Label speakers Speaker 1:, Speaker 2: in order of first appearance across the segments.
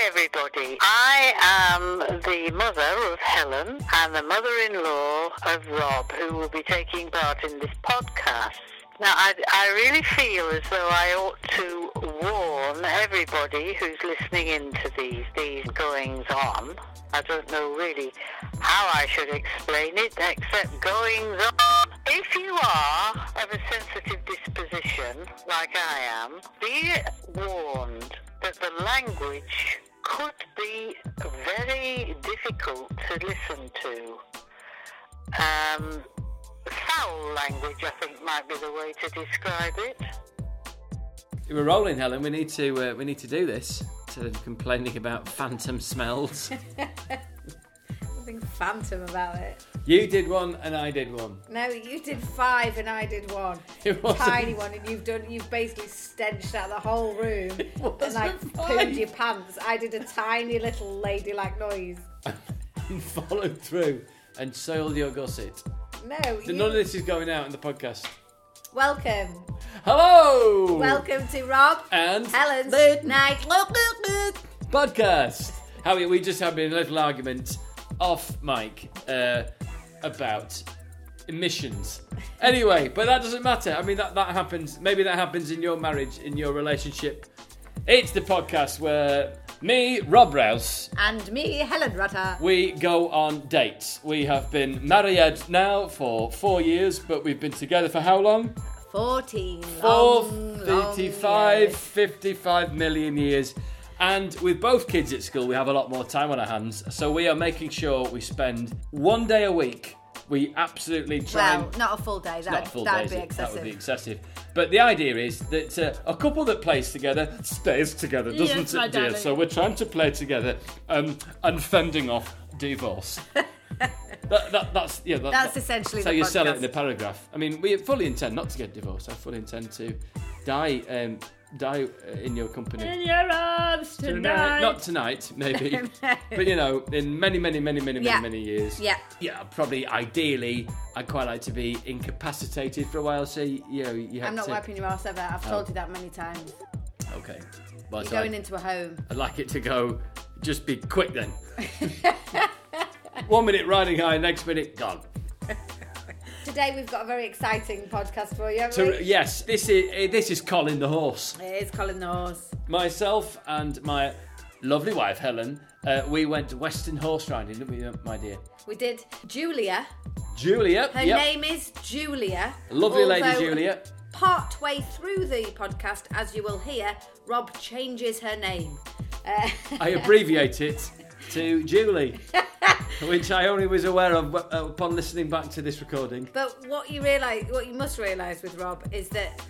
Speaker 1: Christie. I am the mother of Helen and the mother-in-law of Rob, who will be taking part in this podcast. Now, I, I really feel as though I ought to warn everybody who's listening into these these goings on. I don't know really how I should explain it, except goings on. If you are of a sensitive disposition, like I am, be warned that the language could be very difficult to listen to. Um, foul language, I think, might be the way to describe it.
Speaker 2: We're rolling, Helen. We need to uh, we need to do this. Instead of complaining about phantom smells,
Speaker 3: Something phantom about it.
Speaker 2: you did one and I did one.
Speaker 3: No, you did five and I did one.
Speaker 2: It wasn't-
Speaker 3: Tiny one, and you've done. You've basically stenched out the whole room and like
Speaker 2: wasn't five.
Speaker 3: pooed your pants. I did a tiny little ladylike noise.
Speaker 2: and followed through and soiled your gusset.
Speaker 3: No, you...
Speaker 2: None of this is going out in the podcast.
Speaker 3: welcome,
Speaker 2: Hello,
Speaker 3: welcome to Rob
Speaker 2: and
Speaker 3: Helen's
Speaker 2: Lid
Speaker 3: night. Look, look, look.
Speaker 2: podcast. Howie, we just had a little argument off mic uh, about emissions. Anyway, but that doesn't matter. I mean, that, that happens. Maybe that happens in your marriage, in your relationship. It's the podcast where me, Rob Rouse,
Speaker 3: And me, Helen Rutter.
Speaker 2: we go on dates. We have been married now for four years, but we've been together for how long?
Speaker 3: 14
Speaker 2: Four,
Speaker 3: long, long
Speaker 2: 55,
Speaker 3: years.
Speaker 2: 55 million years. And with both kids at school, we have a lot more time on our hands. So we are making sure we spend one day a week. We absolutely try
Speaker 3: Well,
Speaker 2: and.
Speaker 3: not a full day.
Speaker 2: Not
Speaker 3: That
Speaker 2: full
Speaker 3: would
Speaker 2: days,
Speaker 3: be
Speaker 2: it-
Speaker 3: excessive.
Speaker 2: that would be excessive. But the idea is that uh, a couple that plays together stays together, doesn't
Speaker 3: Yes,
Speaker 2: it,
Speaker 3: my
Speaker 2: dear?
Speaker 3: darling.
Speaker 2: So we're trying to play together um, and fending off divorce. that, that, that's yeah. That,
Speaker 3: That's
Speaker 2: that-
Speaker 3: essentially
Speaker 2: So
Speaker 3: the
Speaker 2: you sell it
Speaker 3: podcast.
Speaker 2: in a paragraph. I mean, we fully intend not to get divorced. I fully intend to die, um, die uh, in your company.
Speaker 3: In your arms tonight.
Speaker 2: Not tonight, maybe, but you know, in many, many, many, many,
Speaker 3: Yeah.
Speaker 2: many, many years.
Speaker 3: Yeah.
Speaker 2: Yeah, probably ideally, I'd quite like to be incapacitated for a while. So you know, you have
Speaker 3: I'm not
Speaker 2: to.
Speaker 3: wiping your ass ever. I've
Speaker 2: Oh.
Speaker 3: told you that many times.
Speaker 2: Okay, but
Speaker 3: You're
Speaker 2: I,
Speaker 3: going into a home.
Speaker 2: I'd like it to go. Just be quick then. One minute riding high, next minute gone.
Speaker 3: Today we've got a very exciting podcast for you. haven't
Speaker 2: To,
Speaker 3: we?
Speaker 2: yes, this is eh, this is Colin the horse.
Speaker 3: It is Colin the horse.
Speaker 2: Myself and my lovely wife Helen, uh, we went to Western horse riding, didn't we, uh, my dear?
Speaker 3: We did Julia.
Speaker 2: Julia,
Speaker 3: Her
Speaker 2: yep.
Speaker 3: name is Julia.
Speaker 2: lovely lady
Speaker 3: although
Speaker 2: Julia.
Speaker 3: Part way through the podcast, as you will hear, Rob changes her name. Uh,
Speaker 2: I abbreviate it to Julie, which I only was aware of uh, upon listening back to this recording.
Speaker 3: But what you realise, what you must realise with Rob is that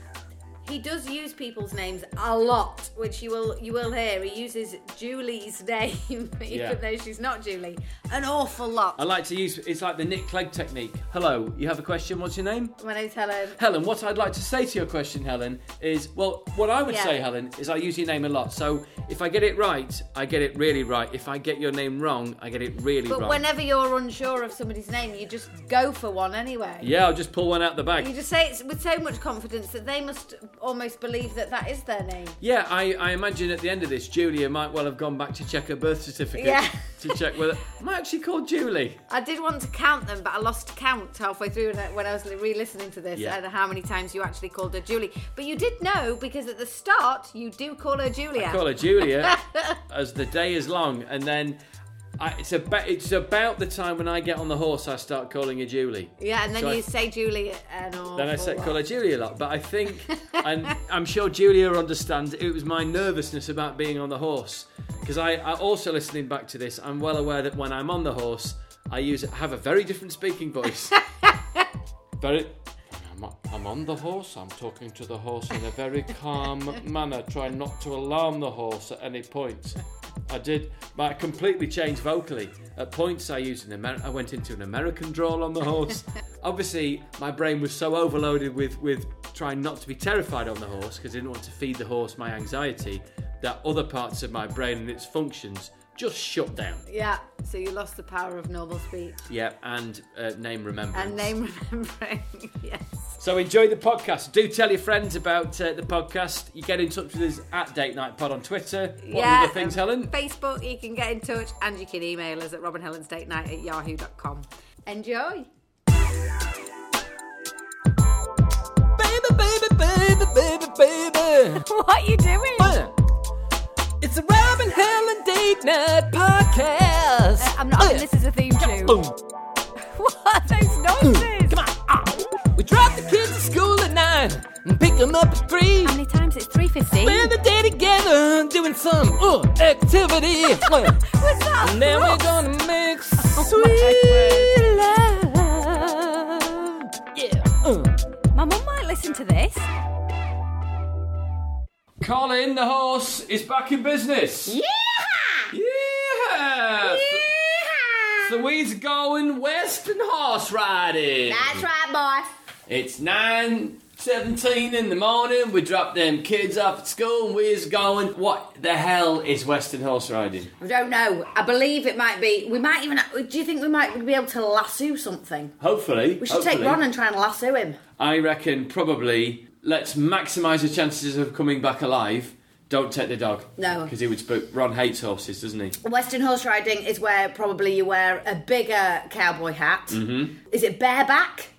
Speaker 3: he does use people's names a lot, which you will you will hear. He uses Julie's name, even
Speaker 2: Yeah.
Speaker 3: though she's not Julie, an awful lot.
Speaker 2: I like to use it's like the Nick Clegg technique. Hello, you have a question. What's your name?
Speaker 3: when I tell him,
Speaker 2: Helen, what I'd like to say to your question, Helen, is well, what I would
Speaker 3: Yeah.
Speaker 2: say, Helen, is I use your name a lot. So if I get it right, I get it really right. If I get your name wrong, I get it really
Speaker 3: but
Speaker 2: wrong.
Speaker 3: whenever you're unsure of somebody's name, you just go for one anyway.
Speaker 2: yeah, I'll just pull one out the bag.
Speaker 3: You just say it with so much confidence that they must almost believe that that is their name.
Speaker 2: Yeah, I, I imagine at the end of this, Julia might well have gone back to check her birth certificate
Speaker 3: Yeah.
Speaker 2: to check whether am I actually called Julie?
Speaker 3: I did want to count them, but I lost count halfway through when I- when I was re-listening to this
Speaker 2: Yeah.
Speaker 3: and how many times you actually called her Julie. But you did know because at the start you do call her Julia.
Speaker 2: I call her Julia as the day is long, and then I, it's about it's about the time when I get on the horse, I start calling her Julie.
Speaker 3: yeah, and then
Speaker 2: So I-
Speaker 3: you say Julie and all.
Speaker 2: Then I said call her Julie a lot, but I think and I'm sure Julia understands. It was my nervousness about being on the horse because I, I also listening back to this. I'm well aware that when I'm on the horse, I use have a very different speaking voice. very. I'm, I'm on the horse. I'm talking to the horse in a very calm manner, trying not to alarm the horse at any point. I did. I completely changed vocally. At points, I used an Amer- I went into an American drawl on the horse. Obviously, my brain was so overloaded with with trying not to be terrified on the horse because I didn't want to feed the horse my anxiety that other parts of my brain and its functions just shut down.
Speaker 3: Yeah, so you lost the power of noble speech
Speaker 2: Yeah, and uh, name remembrance.
Speaker 3: and name remembering. yes.
Speaker 2: So enjoy the podcast. Do tell your friends about uh, the podcast. You get in touch with us at Date Night Pod on Twitter. What
Speaker 3: yeah,
Speaker 2: other things,
Speaker 3: um,
Speaker 2: Helen?
Speaker 3: Facebook, you can get in touch and you can email us at robinhelensdatenight at yahoo.com. Enjoy.
Speaker 2: Baby, baby, baby, baby, baby.
Speaker 3: What are you doing?
Speaker 2: It's the Robin Helen Date Night Podcast.
Speaker 3: Uh,
Speaker 2: Oh,
Speaker 3: I'm not having this as a theme tune. What are those noises?
Speaker 2: on. Ah. We drop the kids at school at nine and pick them up at three.
Speaker 3: How many times? It's 3.15.
Speaker 2: Spend the day together doing some uh, activity.
Speaker 3: What's that?
Speaker 2: and then we're gonna make sweet love. Yeah.
Speaker 3: My mum might listen to this.
Speaker 2: Colin the horse is back in business. Yeah. Yeah. So we's going western horse riding.
Speaker 3: That's right, boy.
Speaker 2: It's nine seventeen in the morning. We drop them kids off at school and we's going. What the hell is western horse riding?
Speaker 3: I don't know. I believe it might be. We might even. Do you think we might be able to lasso something?
Speaker 2: Hopefully,
Speaker 3: We should take Ron and try and lasso him.
Speaker 2: I reckon probably let's maximise the chances of coming back alive. Don't take the dog.
Speaker 3: No.
Speaker 2: Because he would spook. Ron hates horses, doesn't he?
Speaker 3: Western horse riding is where probably you wear a bigger cowboy hat.
Speaker 2: Mm-hmm.
Speaker 3: Is it bareback?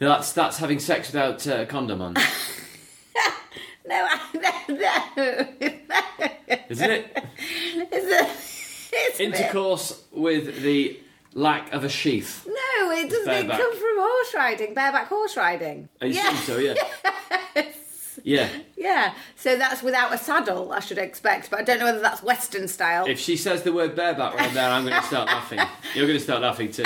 Speaker 2: No, that's that's having sex without uh, a condom on,
Speaker 3: No, I- no, no.
Speaker 2: isn't it?
Speaker 3: It's a- it's a bit-
Speaker 2: Intercourse with the lack of a sheath.
Speaker 3: No, it doesn't it
Speaker 2: Bareback.
Speaker 3: come from horse riding, bareback horse riding.
Speaker 2: Are you saying so? Yeah. Yeah.
Speaker 3: Yeah, so that's without a saddle, I should expect, but I don't know whether that's Western style.
Speaker 2: If she says the word bareback right there, I'm going to start laughing. You're going to start laughing too.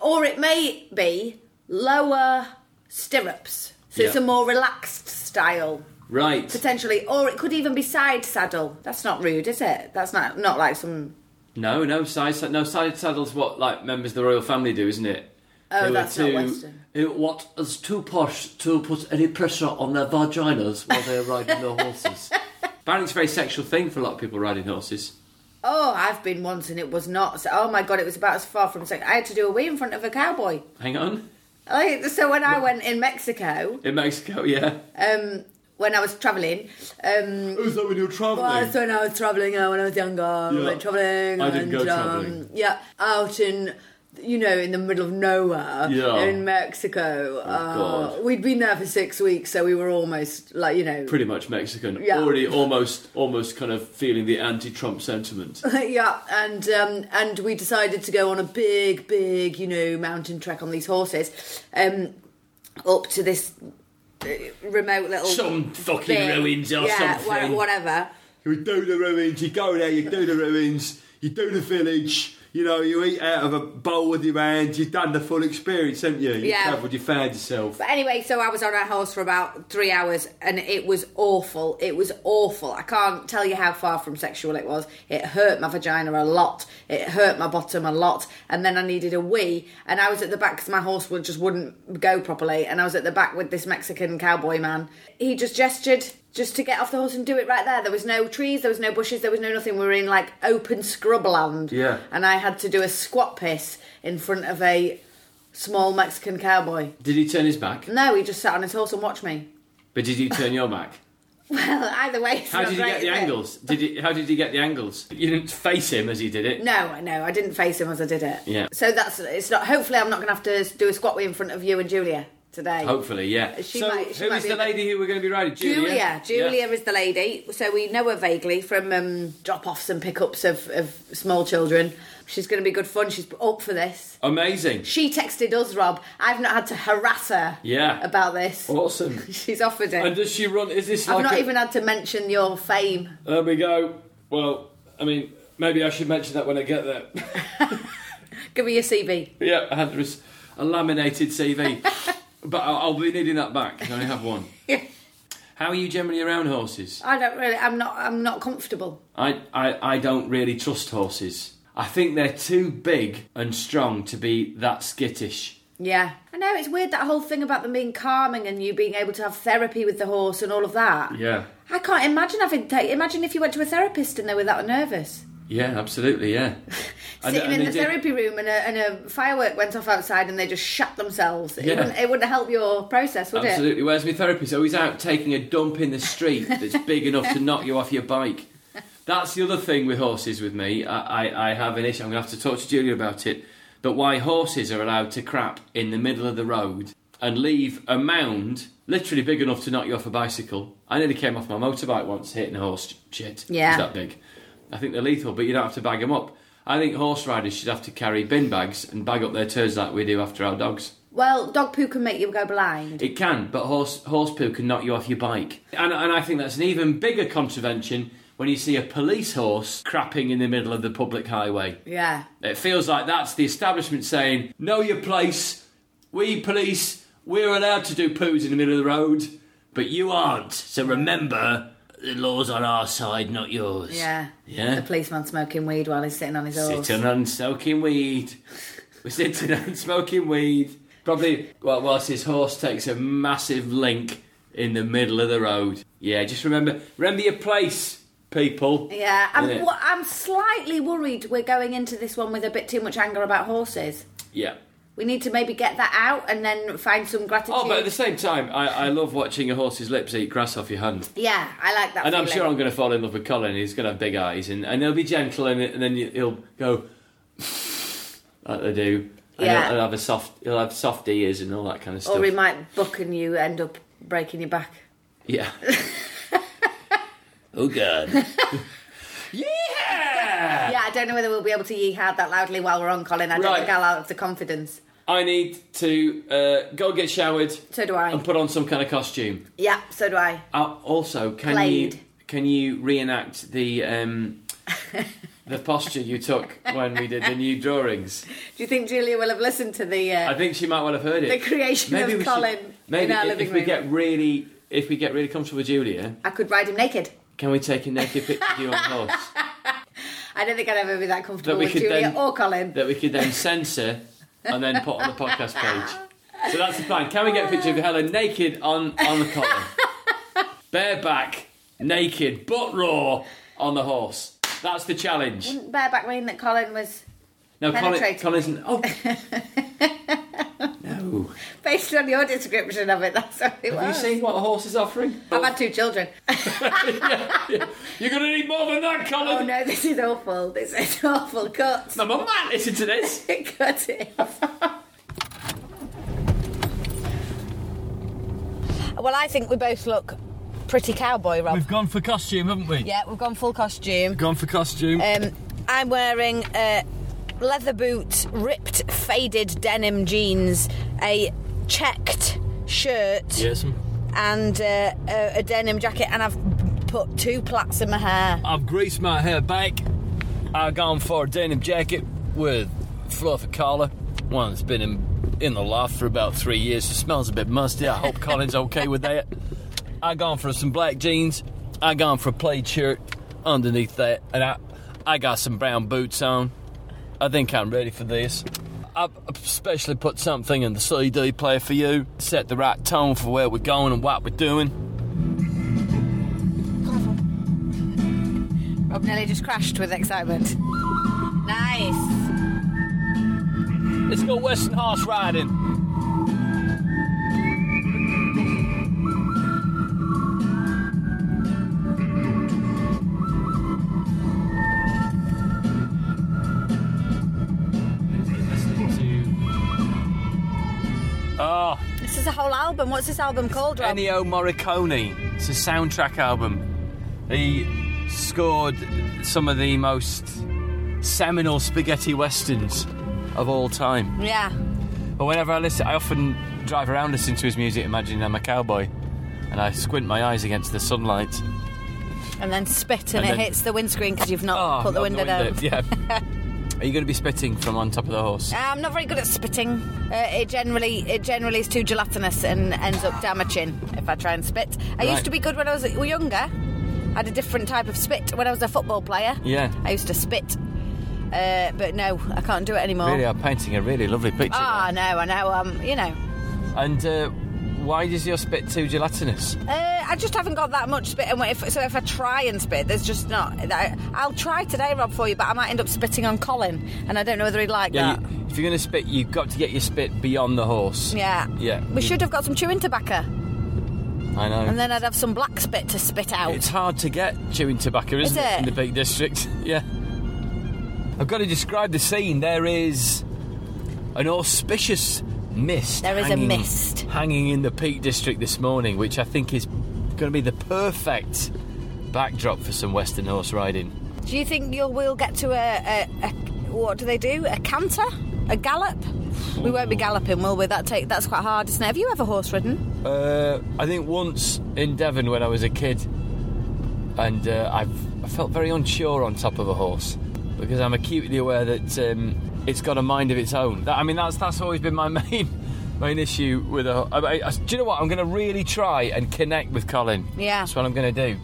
Speaker 3: or it may be lower stirrups. So it's
Speaker 2: Yeah.
Speaker 3: a more relaxed style,
Speaker 2: Right.
Speaker 3: potentially. Or it could even be side saddle. That's not rude, is it? That's not, not like some.
Speaker 2: No, no side sad- no side saddles. What like members of the royal family do, isn't it? Oh,
Speaker 3: that's not Western.
Speaker 4: What is too posh to put any pressure on their vaginas while they're riding their horses?
Speaker 2: Apparently, it's a very sexual thing for a lot of people riding horses.
Speaker 3: Oh, I've been once and it was not. So, oh my god, it was about as far from sex. I had to do a wee in front of a cowboy.
Speaker 2: Hang on,
Speaker 3: Like, so when I went in Mexico,
Speaker 2: in Mexico, yeah.
Speaker 3: um, when I was travelling, um,
Speaker 4: Is that when you're travelling?
Speaker 3: Well, that's when I was travelling uh, when I was younger. I went travelling.
Speaker 2: I didn't
Speaker 3: and,
Speaker 2: go
Speaker 3: um,
Speaker 2: travelling.
Speaker 3: Yeah, out in you know in the middle of nowhere
Speaker 2: Yeah. Oh,
Speaker 3: in Mexico. uh,
Speaker 2: God.
Speaker 3: we'd been there for six weeks, so we were almost like you know.
Speaker 2: Pretty much Mexican.
Speaker 3: Yeah.
Speaker 2: Already, almost, almost, kind of feeling the anti-Trump sentiment.
Speaker 3: Yeah, and um, and we decided to go on a big, big, you know, mountain trek on these horses, um, up to this uh, remote little
Speaker 2: Some fucking
Speaker 3: thing.
Speaker 2: ruins or
Speaker 3: yeah, wha-
Speaker 2: something.
Speaker 3: whatever.
Speaker 2: You do the ruins, you go there, you do the ruins, you do the village, you know, you eat out of a bowl with your hand, you've done the full experience, haven't you? You
Speaker 3: Yeah.
Speaker 2: travelled, you found yourself.
Speaker 3: But anyway, so I was on a horse for about three hours and it was awful. It was awful. I can't tell you how far from sexual it was. It hurt my vagina a lot. It hurt my bottom a lot. And then I needed a wee. And I was at the back because my horse would, just wouldn't go properly. And I was at the back with this Mexican cowboy man. He just gestured just to get off the horse and do it right there. There was no trees, there was no bushes, there was no nothing. We were in like open scrubland.
Speaker 2: Yeah.
Speaker 3: And I had to do a squat piss in front of a small Mexican cowboy.
Speaker 2: Did he turn his back?
Speaker 3: No, he just sat on his horse and watched me.
Speaker 2: But did you turn your back?
Speaker 3: Well, either way, it's
Speaker 2: How
Speaker 3: not
Speaker 2: did you get
Speaker 3: great,
Speaker 2: the
Speaker 3: is it?
Speaker 2: angles? Did you, how did you get the angles? You didn't face him as he did it.
Speaker 3: No, no, I didn't face him as I did it.
Speaker 2: Yeah.
Speaker 3: So that's it's not. Hopefully, I'm not going to have to do a squat in front of you and Julia today.
Speaker 2: Hopefully, yeah.
Speaker 3: She
Speaker 2: so,
Speaker 3: might- she
Speaker 2: who
Speaker 3: might
Speaker 2: is
Speaker 3: be-
Speaker 2: the lady who we're going to be riding? Julia.
Speaker 3: Julia, Julia
Speaker 2: Yeah.
Speaker 3: is the lady. So we know her vaguely from um, drop-offs and pickups of, of small children. She's going to be good fun. She's up for this.
Speaker 2: Amazing.
Speaker 3: She texted us, Rob. I've not had to harass her.
Speaker 2: Yeah.
Speaker 3: About this.
Speaker 2: Awesome.
Speaker 3: She's offered it.
Speaker 2: and does she run? Is this
Speaker 3: I've
Speaker 2: like?
Speaker 3: not
Speaker 2: a-
Speaker 3: even had to mention your fame.
Speaker 2: There we go. Well, I mean, maybe I should mention that when I get there.
Speaker 3: Give me your CV.
Speaker 2: yeah, I had a, res- a laminated CV, but I'll, I'll be needing that back. I only have one. How are you generally around horses?
Speaker 3: I don't really. I'm not. I'm not comfortable.
Speaker 2: I, I, I don't really trust horses. I think they're too big and strong to be that skittish.
Speaker 3: Yeah. I know it's weird that whole thing about them being calming and you being able to have therapy with the horse and all of that.
Speaker 2: Yeah.
Speaker 3: I can't imagine having. Th- imagine if you went to a therapist and they were that nervous.
Speaker 2: Yeah, absolutely. Yeah. And-
Speaker 3: Sitting
Speaker 2: and
Speaker 3: in
Speaker 2: they
Speaker 3: the
Speaker 2: did-
Speaker 3: therapy room and a, and a firework went off outside and they just shut themselves. It,
Speaker 2: Yeah.
Speaker 3: wouldn't, it wouldn't help your process, would it?
Speaker 2: Absolutely. Where's my therapist? Oh, he's out taking a dump in the street that's big enough to knock you off your bike. That's the other thing with horses with me. I, I, I have an issue. I'm going to have to talk to Julia about it. But why horses are allowed to crap in the middle of the road and leave a mound literally big enough to knock you off a bicycle. I nearly came off my motorbike once hitting a horse. Shit. it was
Speaker 3: Yeah.
Speaker 2: that big. I think they're lethal, but you don't have to bag them up. I think horse riders should have to carry bin bags and bag up their turds like we do after our dogs.
Speaker 3: Well, dog poo can make you go blind.
Speaker 2: It can, but horse horse poo can knock you off your bike. And, and I think that's an even bigger contravention when you see a police horse crapping in the middle of the public highway.
Speaker 3: Yeah.
Speaker 2: It feels like that's the establishment saying, Know your place, we police, we're allowed to do poos in the middle of the road, but you aren't. So remember, the law's on our side, not yours.
Speaker 3: Yeah.
Speaker 2: Yeah.
Speaker 3: The policeman smoking weed while he's sitting on his horse.
Speaker 2: Sitting on smoking weed. We're sitting on smoking weed. Probably well, whilst his horse takes a massive link in the middle of the road. Yeah, just remember remember your place, people.
Speaker 3: Yeah, I'm,
Speaker 2: Yeah.
Speaker 3: wha- I'm slightly worried we're going into this one with a bit too much anger about horses.
Speaker 2: Yeah.
Speaker 3: We need to maybe get that out and then find some gratitude.
Speaker 2: Oh, but at the same time, I, I love watching a horse's lips eat grass off your hand.
Speaker 3: yeah, I like that.
Speaker 2: And I'm
Speaker 3: feeling.
Speaker 2: sure I'm going to fall in love with Colin. He's going to have big eyes, and, and he'll be gentle, and, and then he'll go like they do. And
Speaker 3: Yeah.
Speaker 2: he'll, he'll have a soft, he'll have soft ears and all that kind of stuff.
Speaker 3: Or he might buck and you end up breaking your back.
Speaker 2: Yeah. oh god. yeah.
Speaker 3: Yeah, I don't know whether we'll be able to yee had that loudly while we're on, Colin. I don't
Speaker 2: Right.
Speaker 3: think I'll have the confidence.
Speaker 2: I need to uh, go get showered
Speaker 3: So do I.
Speaker 2: and put on some kind of costume.
Speaker 3: yeah, so do I.
Speaker 2: Uh, also, can
Speaker 3: Played.
Speaker 2: you can you reenact the um, the posture you took when we did the new drawings?
Speaker 3: Do you think Julia will have listened to the? Uh,
Speaker 2: I think she might well have heard it.
Speaker 3: The creation of
Speaker 2: we should-
Speaker 3: Colin
Speaker 2: maybe
Speaker 3: in our
Speaker 2: if,
Speaker 3: living
Speaker 2: if we
Speaker 3: room.
Speaker 2: get really if we get really comfortable with Julia,
Speaker 3: I could ride him naked.
Speaker 2: can we take a naked picture of you on horse?
Speaker 3: I don't think I'd ever be that comfortable
Speaker 2: That we
Speaker 3: with
Speaker 2: could
Speaker 3: Julia
Speaker 2: then-
Speaker 3: or Colin.
Speaker 2: that we could then censor and then put on the podcast page. So that's the plan. Can we get a picture of Helen naked on on the column, bareback, naked, but raw on the horse? That's the challenge.
Speaker 3: Bareback mean that Colin was
Speaker 2: No, Colin,
Speaker 3: Penetrating.
Speaker 2: Colin's oh no.
Speaker 3: based on your description of it. That's what it
Speaker 2: Have you
Speaker 3: was.
Speaker 2: seen what the horse is offering?
Speaker 3: I've had two children.
Speaker 2: You're gonna need more than that,
Speaker 3: oh
Speaker 2: Colin.
Speaker 3: no, this is awful. This is awful. Cut.
Speaker 2: My mum might listen to this.
Speaker 3: Cut it. well, I think we both look pretty cowboy, Rob.
Speaker 5: gone for costume, haven't we?
Speaker 3: yeah, we've gone full costume.
Speaker 5: Gone for costume.
Speaker 3: Um, I'm wearing uh, leather boots, ripped, faded denim jeans, a checked shirt,
Speaker 5: yes.
Speaker 3: and uh, a, a denim jacket, and I've put two plaits in my hair.
Speaker 5: I've greased my hair back. I've gone for a denim jacket with fluffy collar. One that's been in, in the loft for about three years. It smells a bit musty. I hope Colin's okay with that. I've gone for some black jeans. I've gone for a plaid shirt underneath that. And I, I got some brown boots on. I think I'm ready for this. I've especially put something in the CD player for you. Set the right tone for where we're going and what we're doing.
Speaker 3: Rob nearly just crashed with excitement. Nice.
Speaker 5: Let's go western horse riding. Oh,
Speaker 3: This is a whole album. What's this album called, Rob?
Speaker 5: Ennio Morricone. It's a soundtrack album. He scored some of the most seminal spaghetti westerns of all time.
Speaker 3: yeah.
Speaker 5: But whenever I listen, I often drive around listening to his music, imagining I'm a cowboy, and I squint my eyes against the sunlight.
Speaker 3: And then spit
Speaker 5: And
Speaker 3: and, it
Speaker 5: then-
Speaker 3: hits the windscreen because you've not
Speaker 5: Oh,
Speaker 3: put the
Speaker 5: not
Speaker 3: window, down.
Speaker 5: Yeah. Are you going to be spitting from on top of the horse?
Speaker 3: Uh, I'm not very good at spitting. Uh, it generally it generally is too gelatinous and ends up down my chin if I try and spit. I
Speaker 5: Right.
Speaker 3: used to be good when I was younger. I had a different type of spit when I was a football player.
Speaker 5: Yeah.
Speaker 3: I used to spit, uh, but no, I Ah. can't do it anymore.
Speaker 5: Really, I'm painting a really lovely picture.
Speaker 3: Ah, no, I know. Um, you know,
Speaker 5: there. And uh,
Speaker 2: Why is your spit too gelatinous?
Speaker 3: Uh, I just haven't got that much spit, and if, so if I try and spit, there's just not. I, I'll try today, Rob, for you, but I might end up spitting on Colin, and I don't know whether he'd like
Speaker 2: Yeah,
Speaker 3: that.
Speaker 2: you, if you're going to spit, you've got to get your spit beyond the horse.
Speaker 3: Yeah.
Speaker 2: Yeah.
Speaker 3: We should have got some chewing tobacco,
Speaker 2: I know.
Speaker 3: and then I'd have some black spit to spit out.
Speaker 2: It's hard to get chewing tobacco, isn't
Speaker 3: Is
Speaker 2: it?
Speaker 3: it?
Speaker 2: in the Peak District? yeah. I've got to describe the scene. There is an auspicious mist.
Speaker 3: There is a
Speaker 2: hanging-
Speaker 3: mist.
Speaker 2: hanging in the Peak District this morning, which I think is going to be the perfect backdrop for some Western horse riding.
Speaker 3: Do you think you'll we'll get to a, a, a what do they do? A canter? A gallop? We won't be galloping, will we? That take that's quite hard, isn't it? Have you ever horse ridden?
Speaker 2: Uh, I think once in Devon when I was a kid, and uh, I've, I felt very unsure on top of a horse because I'm acutely aware that um, it's got a mind of its own. That, I mean, that's that's always been my main main issue with a. ho- I, I, do you know what? I'm going to really try and connect with Colin.
Speaker 3: Yeah.
Speaker 2: that's what I'm going to do.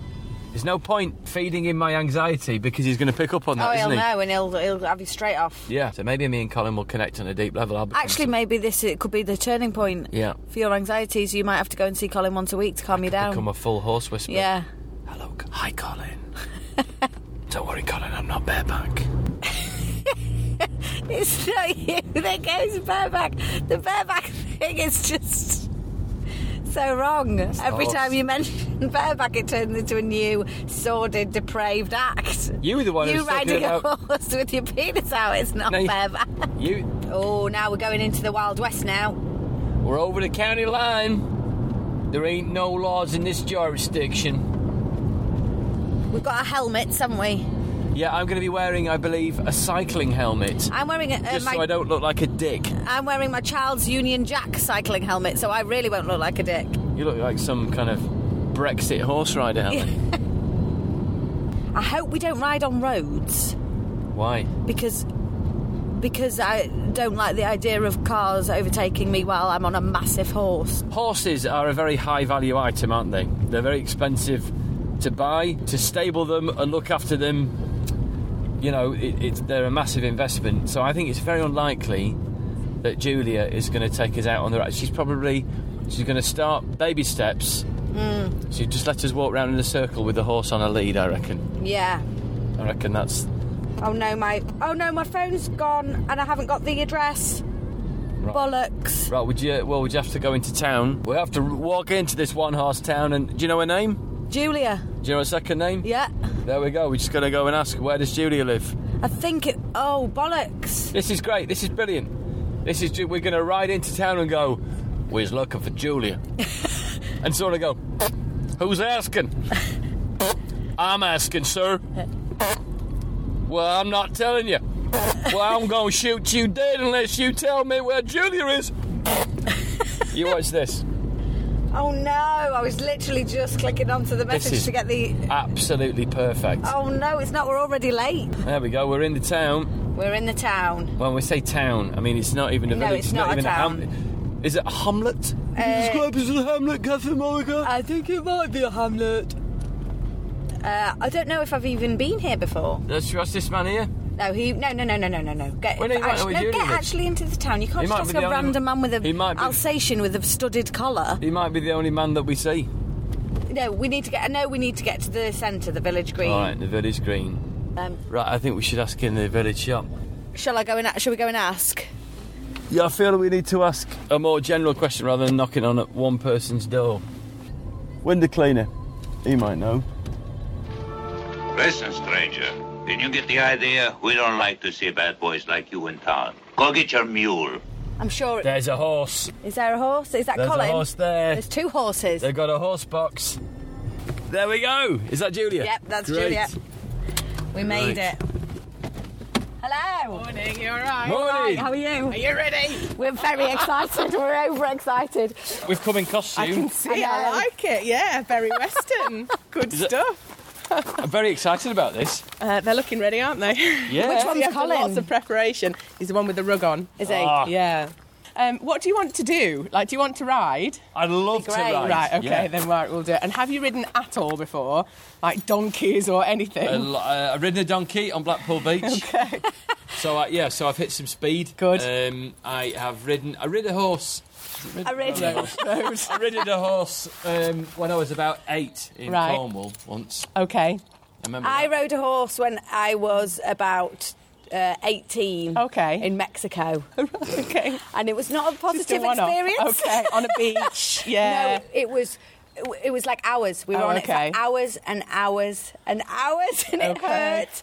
Speaker 2: There's no point feeding him my anxiety because he's going to pick up on that,
Speaker 3: oh,
Speaker 2: Uh, isn't
Speaker 3: he'll
Speaker 2: he?
Speaker 3: know, and he'll he'll have you straight off.
Speaker 2: Yeah. So maybe me and Colin will connect on a deep level. I'll become
Speaker 3: Actually,
Speaker 2: some-
Speaker 3: maybe this it could be the turning point
Speaker 2: Yeah.
Speaker 3: for your anxieties. You might have to go and see Colin once a week to calm you
Speaker 2: become
Speaker 3: down.
Speaker 2: a full horse whisperer.
Speaker 3: um, Yeah.
Speaker 2: Hello. C- Hi, Colin. Don't worry, Colin. I'm not bareback.
Speaker 3: It's not you that goes bareback. The bareback thing is just so wrong. Every
Speaker 2: horse.
Speaker 3: time you mention bareback, it turns into a new, sordid, depraved act.
Speaker 2: You were the one who
Speaker 3: You
Speaker 2: was talking
Speaker 3: riding a
Speaker 2: about-
Speaker 3: horse with your penis out, it's not
Speaker 2: No, you-
Speaker 3: bareback.
Speaker 2: You.
Speaker 3: Oh, now we're going into the Wild West now.
Speaker 2: We're over the county line. There ain't no laws in this jurisdiction.
Speaker 3: We've got our helmets, haven't we?
Speaker 2: Yeah, I'm going to be wearing, I believe, a cycling helmet.
Speaker 3: I'm wearing a, uh,
Speaker 2: Just
Speaker 3: my
Speaker 2: so I don't look like a dick.
Speaker 3: I'm wearing my child's Union Jack cycling helmet, so I really won't look like a dick.
Speaker 2: You look like some kind of Brexit horse rider helmet.
Speaker 3: I hope we don't ride on roads
Speaker 2: Why?
Speaker 3: because because I don't like the idea of cars overtaking me while I'm on a massive horse.
Speaker 2: Horses are a very high value item, aren't they? They're very expensive to buy, to stable them and look after them. You know, it, it's, they're a massive investment. So I think it's very unlikely that Julia is going to take us out on the ride. She's probably she's going to start baby steps. Mm. She just let us walk round in a circle with the horse on her lead. I reckon.
Speaker 3: Yeah.
Speaker 2: I reckon that's
Speaker 3: Oh no, my oh no, my phone's gone and I haven't got the address.
Speaker 2: right.
Speaker 3: Bollocks.
Speaker 2: Right, would you? Well, would you have to go into town? We have to walk into this one horse town, and do you know her name?
Speaker 3: Julia.
Speaker 2: Do you know her second name?
Speaker 3: Yeah.
Speaker 2: There we go. We're just going to go and ask, where does Julia live?
Speaker 3: I think it. Oh bollocks.
Speaker 2: This is great. This is brilliant. This is. ju- We're going to ride into town and go. We're looking for Julia, and sort of go. Who's asking? I'm asking, sir. Well, I'm not telling you. Well, I'm going to shoot you dead unless you tell me where Julia is. You watch this.
Speaker 3: Oh no, I was literally just clicking onto the
Speaker 2: This
Speaker 3: message
Speaker 2: is-
Speaker 3: to get the.
Speaker 2: Absolutely perfect.
Speaker 3: Oh no, it's not. We're already late.
Speaker 2: There we go. We're in the town.
Speaker 3: We're in the town.
Speaker 2: When we say town, I mean it's not even a
Speaker 3: No,
Speaker 2: village.
Speaker 3: it's not a
Speaker 2: even
Speaker 3: town.
Speaker 2: hamlet. Is it a hamlet?
Speaker 3: Uh,
Speaker 2: Describe us as a hamlet, Catherine Mulligan.
Speaker 3: I think it might be a hamlet. Uh, I don't know if I've even been here before.
Speaker 2: Let's trust this man here.
Speaker 3: No, he. No, no, no, no, no, no, no. Get,
Speaker 2: Well, no, you might know
Speaker 3: actually,
Speaker 2: what
Speaker 3: no,
Speaker 2: you're
Speaker 3: get
Speaker 2: doing.
Speaker 3: actually into the town. You can't
Speaker 2: He
Speaker 3: just
Speaker 2: might
Speaker 3: ask
Speaker 2: be
Speaker 3: a
Speaker 2: the only
Speaker 3: random man with a
Speaker 2: He might be-
Speaker 3: Alsatian with a studded collar.
Speaker 2: He might be the only man that we see.
Speaker 3: No, we need to get. No, we need to get to the centre, the village green.
Speaker 2: All right, the village green.
Speaker 3: Um,
Speaker 2: Right, I think we should ask in the village shop.
Speaker 3: shall I go and? a- Shall we go and ask?
Speaker 2: Yeah, I feel we need to ask a more general question rather than knocking on at one person's door. Window cleaner. He might know.
Speaker 6: Listen, stranger. Did you get the idea? We don't like to see bad boys like you in town. Go get your mule.
Speaker 3: I'm sure. Is
Speaker 2: There's a horse.
Speaker 3: there a horse? Is that
Speaker 2: There's
Speaker 3: Colin?
Speaker 2: a horse there.
Speaker 3: There's two horses.
Speaker 2: They've got a horse box. There we go. Is that Julia?
Speaker 3: Yep, that's
Speaker 2: Great.
Speaker 3: Julia. We
Speaker 2: Right.
Speaker 3: made it. Hello.
Speaker 7: Morning, you alright?
Speaker 2: Morning.
Speaker 3: How are you?
Speaker 7: Are you ready?
Speaker 3: We're very excited. We're overexcited. um,
Speaker 2: We've come in costume.
Speaker 7: See, I
Speaker 3: Hello.
Speaker 7: like it. Yeah, very Western. Good
Speaker 2: it-
Speaker 7: stuff.
Speaker 2: I'm very excited about this.
Speaker 7: Uh, they're looking ready, aren't they?
Speaker 2: Yeah.
Speaker 3: Which one's
Speaker 7: After
Speaker 3: Colin?
Speaker 7: Lots of preparation. He's the one with the rug on.
Speaker 3: Is he?
Speaker 2: Ah,
Speaker 7: Yeah. Um, what do you want to do? Like, do you want to ride?
Speaker 2: I'd love to
Speaker 3: Great.
Speaker 2: ride.
Speaker 7: Right, okay,
Speaker 2: yeah.
Speaker 7: then right, we'll do it. And have you ridden at all before? Like donkeys or anything?
Speaker 2: A lo- uh, I've ridden a donkey on Blackpool Beach. okay. So I, yeah, so I've hit some speed.
Speaker 7: Good.
Speaker 2: Um, I have ridden. I rid a horse.
Speaker 7: I read those.
Speaker 2: I ridden a horse um, when I was about eight in
Speaker 7: Right.
Speaker 2: Cornwall once.
Speaker 7: Okay.
Speaker 2: I remember.
Speaker 3: I
Speaker 2: that.
Speaker 3: rode a horse when I was about uh, 18.
Speaker 7: Okay.
Speaker 3: In Mexico.
Speaker 7: okay.
Speaker 3: And it was not a
Speaker 7: Just
Speaker 3: positive
Speaker 7: a one-off.
Speaker 3: experience.
Speaker 7: Okay, on a beach. Yeah.
Speaker 3: No, it was. It was like hours. We were
Speaker 7: Oh,
Speaker 3: on
Speaker 7: okay.
Speaker 3: it for hours and hours and hours, and it
Speaker 7: Okay.
Speaker 3: hurt.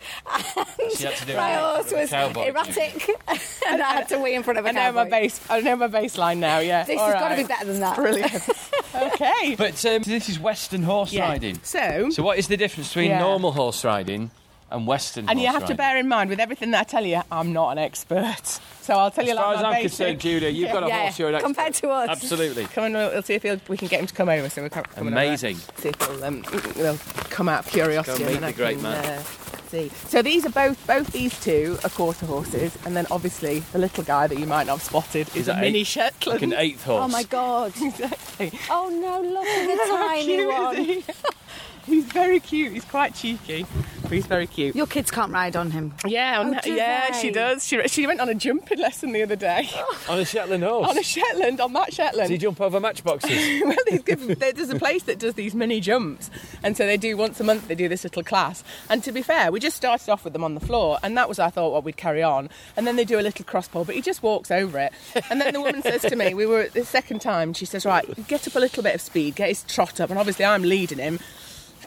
Speaker 3: And
Speaker 2: She had to do
Speaker 3: my
Speaker 2: it with a
Speaker 3: horse was
Speaker 2: cowboy.
Speaker 3: erratic, and I had to wee in front of a
Speaker 7: I know my
Speaker 3: cowboy.
Speaker 7: base. I know my baseline now. Yeah.
Speaker 3: This
Speaker 7: All
Speaker 3: has got to
Speaker 7: right.
Speaker 3: be better than that.
Speaker 7: Brilliant. okay.
Speaker 2: But um, this is Western horse
Speaker 7: Yeah.
Speaker 2: riding.
Speaker 7: So-
Speaker 2: so what is the difference between
Speaker 7: Yeah.
Speaker 2: normal horse riding and Western?
Speaker 7: and you
Speaker 2: horse
Speaker 7: have to
Speaker 2: riding?
Speaker 7: bear in mind with everything that I tell you, I'm not an expert. So I'll tell you
Speaker 2: As far
Speaker 7: like
Speaker 2: as
Speaker 7: my
Speaker 2: I'm
Speaker 7: basic-
Speaker 2: concerned, Julia, you've got a
Speaker 3: Yeah,
Speaker 2: horse. You're an expert.
Speaker 3: compared to us.
Speaker 2: absolutely
Speaker 7: Come on, we'll, we'll see if he'll, we can get him to come over. So we'll come, come on over.
Speaker 2: amazing.
Speaker 7: See if he'll, um, he'll come out of curiosity.
Speaker 2: Go meet
Speaker 7: and then
Speaker 2: the
Speaker 7: I
Speaker 2: great
Speaker 7: can,
Speaker 2: man.
Speaker 7: uh, see. So these are both both these two are quarter horses, and then obviously the little guy that you might not have spotted is, a
Speaker 2: that
Speaker 7: mini
Speaker 2: eight?
Speaker 7: Shetland.
Speaker 2: Like an eighth horse.
Speaker 3: Oh my god!
Speaker 7: Exactly.
Speaker 3: Oh no! Look at the
Speaker 7: How
Speaker 3: tiny
Speaker 7: cute is
Speaker 3: one.
Speaker 7: he? he's very cute. He's quite cheeky, but he's very cute.
Speaker 8: Your kids can't ride on him.
Speaker 7: Yeah, on
Speaker 3: Oh,
Speaker 7: her-
Speaker 3: do
Speaker 7: yeah, she
Speaker 3: they?
Speaker 7: does. She she went on a jumping lesson the other day
Speaker 2: On a Shetland horse.
Speaker 7: on a Shetland on that Shetland.
Speaker 2: Do you jump over matchboxes?
Speaker 7: well, these give, there- there's a place that does these mini jumps, and so they do once a month. They do this little class, and to be fair, we just started off with them on the floor, and that was I thought what we'd carry on, and then they do a little cross pole, but he just walks over it, and then the woman says to me, we were at the second time, she says, right, get up a little bit of speed, get his trot up, and obviously I'm leading him.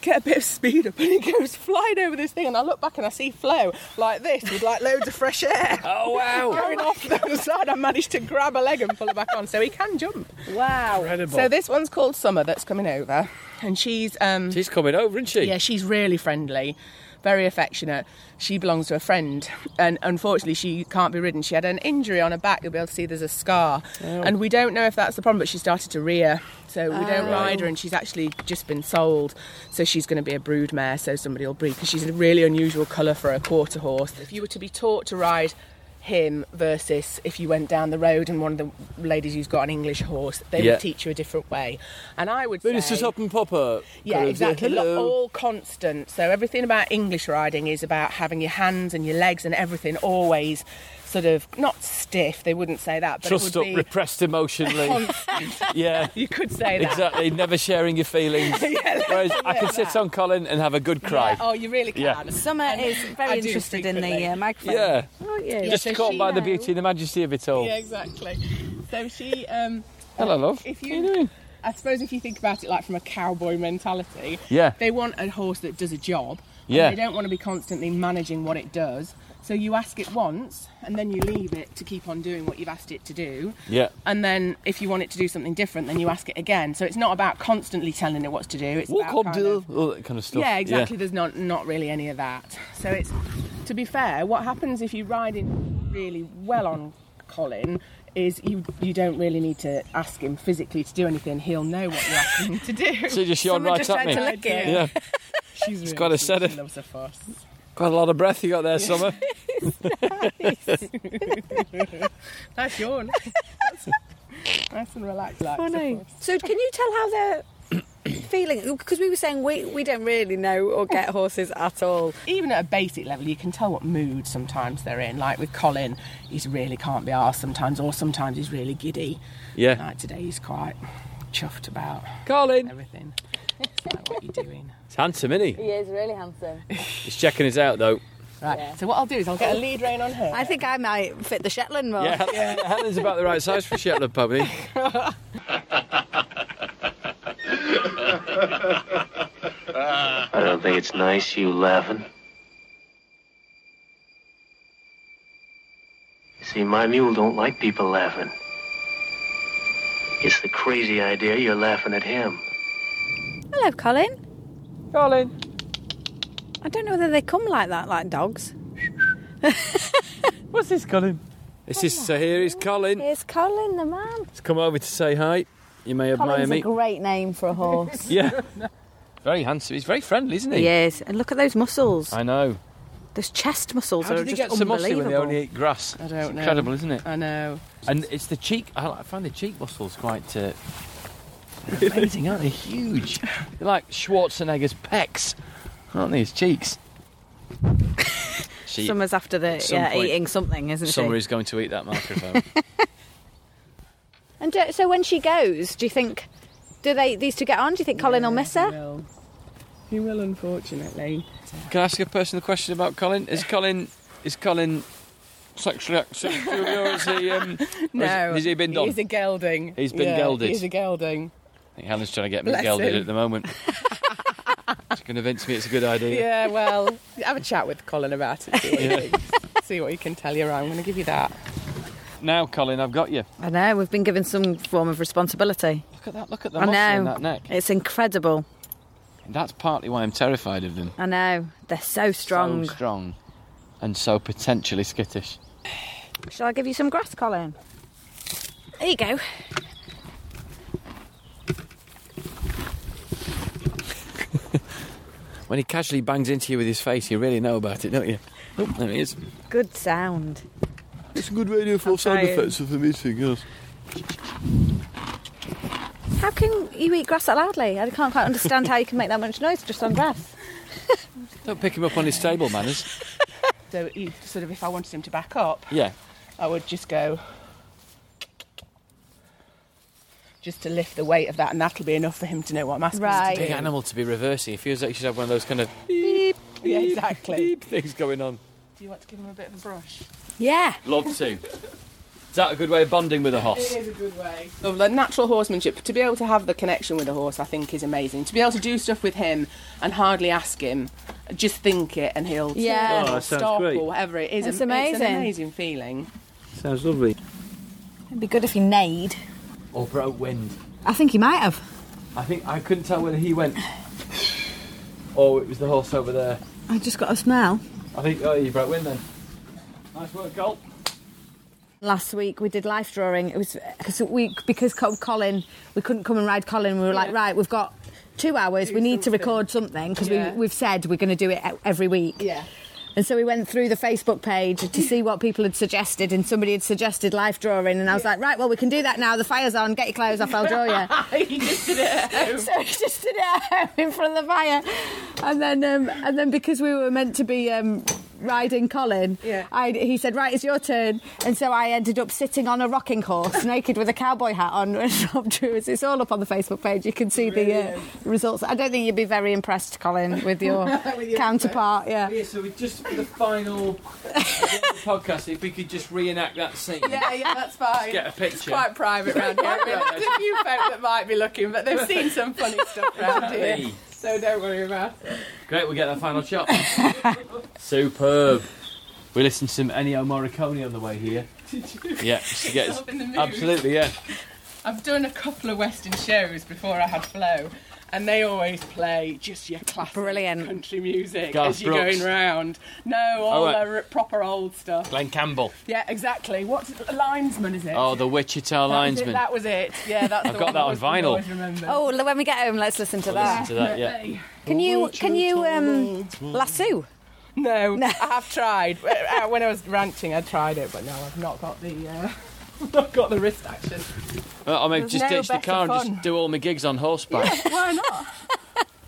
Speaker 7: Get a bit of speed up, and he goes flying over this thing. And I look back and I see Flo like this with like loads of fresh air.
Speaker 2: oh wow!
Speaker 7: Going off the other side, I managed to grab a leg and pull it back on, so he can jump.
Speaker 3: Wow!
Speaker 2: Incredible.
Speaker 7: So this one's called Summer that's coming over, and she's um
Speaker 2: She's coming over, isn't she?
Speaker 7: yeah she's really friendly, very affectionate. She belongs to a friend, and unfortunately she can't be ridden. She had an injury on her back. You'll be able to see there's a scar,
Speaker 2: Oh.
Speaker 7: and we don't know if that's the problem. But she started to rear, so we don't
Speaker 2: Oh,
Speaker 7: ride her, and she's actually just been sold. So she's going to be a brood mare, so somebody will breed because she's a really unusual colour for a quarter horse. If you were to be taught to ride him versus if you went down the road and one of the ladies who's got an English horse, they
Speaker 2: Yeah.
Speaker 7: would teach you a different way. And I would
Speaker 2: But it's
Speaker 7: say,
Speaker 2: just up and pop up.
Speaker 7: yeah,
Speaker 2: Kind of,
Speaker 7: exactly. Lo-
Speaker 2: hello.
Speaker 7: all constant. So everything about English riding is about having your hands and your legs and everything always sort of not stiff. They wouldn't say that, but
Speaker 2: Trust up,
Speaker 7: it would be.
Speaker 2: repressed emotionally. yeah.
Speaker 7: you could say that.
Speaker 2: Exactly, never sharing your feelings. Whereas I can sit on Colin and have a good cry.
Speaker 7: Yeah, oh, you really can.
Speaker 2: Yeah.
Speaker 3: Summer is
Speaker 7: I
Speaker 3: very
Speaker 7: do
Speaker 3: interested in the
Speaker 7: frequently.
Speaker 3: uh, microphone.
Speaker 2: Yeah.
Speaker 3: Aren't you?
Speaker 2: just
Speaker 7: so
Speaker 2: caught
Speaker 7: she
Speaker 2: by the
Speaker 7: knows.
Speaker 2: beauty and the majesty of it all.
Speaker 7: Yeah, exactly. So she. Um,
Speaker 2: Hello, love.
Speaker 7: If
Speaker 2: How you doing?
Speaker 7: I suppose if you think about it like from a cowboy mentality,
Speaker 2: Yeah.
Speaker 7: they want a horse that does a job. and
Speaker 2: Yeah.
Speaker 7: They don't want to be constantly managing what it does. So you ask it once and then you leave it to keep on doing what you've asked it to do.
Speaker 2: Yeah.
Speaker 7: And then if you want it to do something different, then you ask it again. So it's not about constantly telling it what to do. It's
Speaker 2: Walk
Speaker 7: about
Speaker 2: on,
Speaker 7: kind
Speaker 2: Dill.
Speaker 7: of-
Speaker 2: All that kind of stuff.
Speaker 7: yeah, exactly. There's not not really any of that. So it's to be fair, what happens if you ride in really well on Colin is you you don't really need to ask him physically to do anything. He'll know what you're asking him to do.
Speaker 2: So you just yawned right at me.
Speaker 3: lick it.
Speaker 2: Yeah.
Speaker 7: She's really
Speaker 2: quite a
Speaker 7: sweet.
Speaker 2: setup.
Speaker 7: She loves a fuss.
Speaker 2: Quite a lot of breath you got there, Summer.
Speaker 7: Nice yawn. nice and relaxed. Like,
Speaker 3: Funny. So, can you tell how they're feeling? Because we were saying we, we don't really know or get horses at all.
Speaker 7: even at a basic level, you can tell what mood sometimes they're in. Like with Colin, he's really can't be arsed sometimes, or sometimes he's really giddy.
Speaker 2: Yeah.
Speaker 7: Like today, he's quite chuffed about
Speaker 2: Colin.
Speaker 7: everything. It's like, what are you doing?
Speaker 2: It's handsome, isn't he?
Speaker 3: He is really handsome.
Speaker 2: He's checking us out, though.
Speaker 7: Right. So what I'll do is I'll get a lead rein on her.
Speaker 3: I think I might fit the Shetland more.
Speaker 2: Yeah, Helen's about the right size for a Shetland puppy.
Speaker 9: I don't think it's nice you laughing. See, my mule don't like people laughing. It's the crazy idea you're laughing at him.
Speaker 3: Hello, Colin.
Speaker 2: Colin.
Speaker 3: I don't know whether they come like that, like dogs.
Speaker 2: What's this, Colin? This is, so here is Colin.
Speaker 3: Here's Colin, the man.
Speaker 2: He's come over to say hi. You may admire
Speaker 3: Colin's a
Speaker 2: me.
Speaker 3: great name for a horse.
Speaker 2: Yeah. Very handsome. He's very friendly, isn't he?
Speaker 3: he is. And look at those muscles.
Speaker 2: I know.
Speaker 3: Those chest muscles
Speaker 2: How
Speaker 3: are
Speaker 2: did he
Speaker 3: just
Speaker 2: get so muscle
Speaker 3: unbelievable.
Speaker 2: when they only eat grass?
Speaker 7: I don't
Speaker 2: It's
Speaker 7: know.
Speaker 2: Incredible, isn't it?
Speaker 7: I know.
Speaker 2: And it's the cheek. I I find the cheek muscles quite uh, amazing, aren't they? Huge. They're like Schwarzenegger's pecs, aren't they? His cheeks. She,
Speaker 3: Summer's after the
Speaker 2: some
Speaker 3: yeah,
Speaker 2: point-
Speaker 3: eating something, isn't
Speaker 2: Summer
Speaker 3: she?
Speaker 2: is going to eat that microphone.
Speaker 3: and do, so when she goes, do you think do they these two get on? Do you think Colin will miss her?
Speaker 7: will. He will, unfortunately.
Speaker 2: Can I ask a personal question about Colin? Is Colin is Colin sexually active? Julia, or is he? Um, or is-
Speaker 7: No.
Speaker 2: has he been done?
Speaker 7: He's a gelding.
Speaker 2: He's been gelded.
Speaker 7: He's a gelding.
Speaker 2: I think Helen's trying to get me
Speaker 7: Bless
Speaker 2: gelded
Speaker 7: him.
Speaker 2: at the moment. She's convinced me it's a good idea.
Speaker 7: Yeah, well, have a chat with Colin about it. See what, he, thinks. see what he can tell you. Right, I'm going to give you that.
Speaker 2: Now, Colin, I've got you.
Speaker 3: I know we've been given some form of responsibility.
Speaker 2: Look at that. Look at the
Speaker 3: I
Speaker 2: muscle in
Speaker 3: know
Speaker 2: that neck.
Speaker 3: it's incredible.
Speaker 2: That's partly why I'm terrified of them.
Speaker 3: I know they're so strong.
Speaker 2: So strong. And so potentially skittish.
Speaker 3: Shall I give you some grass, Colin? There you go.
Speaker 2: When he casually bangs into you with his face, you really know about it, don't you? Oh, there he is.
Speaker 3: Good sound.
Speaker 2: It's a good radio for
Speaker 3: sound trying. effects
Speaker 2: of the meeting, yes.
Speaker 3: How can you eat grass that loudly? I can't quite understand how you can make that much noise just on grass.
Speaker 2: Don't pick him up on his table manners.
Speaker 7: So, he, sort of, if I wanted him to back up,
Speaker 2: Yeah.
Speaker 7: I would just go. Just to lift the weight of that, and that'll be enough for him to know what I'm asking
Speaker 3: Right.
Speaker 7: him
Speaker 2: Big
Speaker 7: to do.
Speaker 2: animal to be reversing. He feels like he should have one of those kind of
Speaker 7: Yeah, exactly.
Speaker 2: beep things going on.
Speaker 7: Do you want to give him a bit of a brush?
Speaker 3: Yeah.
Speaker 2: Love to. Is that a good way of bonding with a horse?
Speaker 7: is a good way. The natural horsemanship, to be able to have the connection with a horse, I think is amazing. To be able to do stuff with him and hardly ask him, just think it and he'll
Speaker 3: Yeah.
Speaker 7: turn
Speaker 10: Oh,
Speaker 7: or
Speaker 10: that sounds
Speaker 7: stop
Speaker 10: great.
Speaker 7: or whatever it is.
Speaker 3: That's
Speaker 7: Am- It's
Speaker 3: amazing.
Speaker 7: an amazing feeling.
Speaker 10: Sounds lovely.
Speaker 3: It'd be good if he neighed.
Speaker 2: Or broke wind.
Speaker 3: I think he might have.
Speaker 2: I think I couldn't tell whether he went or it was the horse over there.
Speaker 3: I just got a smell.
Speaker 2: I think oh, he broke wind then. Nice work, Colt.
Speaker 3: Last week we did life drawing. It was because we because Co- Colin we couldn't come and ride Colin. We were like, right, we've got two hours. we need to
Speaker 7: something.
Speaker 3: record something because
Speaker 7: Yeah.
Speaker 3: we, we've said we're going to do it e- every week.
Speaker 7: Yeah.
Speaker 3: And so we went through the Facebook page to see what people had suggested, and somebody had suggested life drawing, and I was like, right, well, we can do that now. The fire's on. Get your clothes off. I'll
Speaker 7: Oh,
Speaker 3: draw you.
Speaker 7: he just did it.
Speaker 3: so we just stood at home in front of the fire, and then um, and then because we were meant to be um, riding Colin,
Speaker 7: Yeah.
Speaker 3: I, he said, "Right, it's your turn," and so I ended up sitting on a rocking horse, naked with a cowboy hat on. And Rob drew us. It's all up on the Facebook page. You can see the uh, results. I don't think you'd be very impressed, Colin, with your, counterpart. Yeah.
Speaker 2: Yeah, so we just for the final podcast, if we could just reenact that scene.
Speaker 7: Yeah, yeah, that's fine.
Speaker 2: Get a picture.
Speaker 7: Quite private round here. I mean, there's a few folk that might be looking, but they've seen some funny stuff round here.
Speaker 2: Hey.
Speaker 7: So don't worry about it.
Speaker 2: Great, we'll get that final shot. Superb. We listened to some Ennio Morricone on the way here. Yeah, just to get us-
Speaker 7: Yourself in the mood.
Speaker 2: absolutely, yeah.
Speaker 7: I've done a couple of Western shows before I had Flow, and they always play just your classic
Speaker 3: Brilliant.
Speaker 7: country music
Speaker 2: Garth
Speaker 7: as you're
Speaker 2: Brooks. Oh,
Speaker 7: going round. No, all
Speaker 2: right.
Speaker 7: the r- proper old stuff.
Speaker 2: Glenn Campbell.
Speaker 7: Yeah, exactly. What's a linesman is it?
Speaker 2: Oh, the Wichita
Speaker 7: that was it.
Speaker 2: linesman.
Speaker 7: That was it. Yeah, that's
Speaker 2: I've
Speaker 7: the
Speaker 2: got
Speaker 7: one
Speaker 2: that on
Speaker 7: was- I
Speaker 2: vinyl.
Speaker 7: always remember.
Speaker 3: Oh, l- when we get home, let's listen to that.
Speaker 2: Listen to that, yeah.
Speaker 3: Can you can you um, lasso?
Speaker 7: No, I have tried. Uh, when I was ranting, I tried it, but no, I've not got the. Uh, not got the wrist action.
Speaker 2: Well, I mean,
Speaker 7: There's
Speaker 2: just
Speaker 7: no
Speaker 2: ditch the
Speaker 7: better
Speaker 2: car and
Speaker 7: fun.
Speaker 2: just do all my gigs on horseback.
Speaker 7: Why not?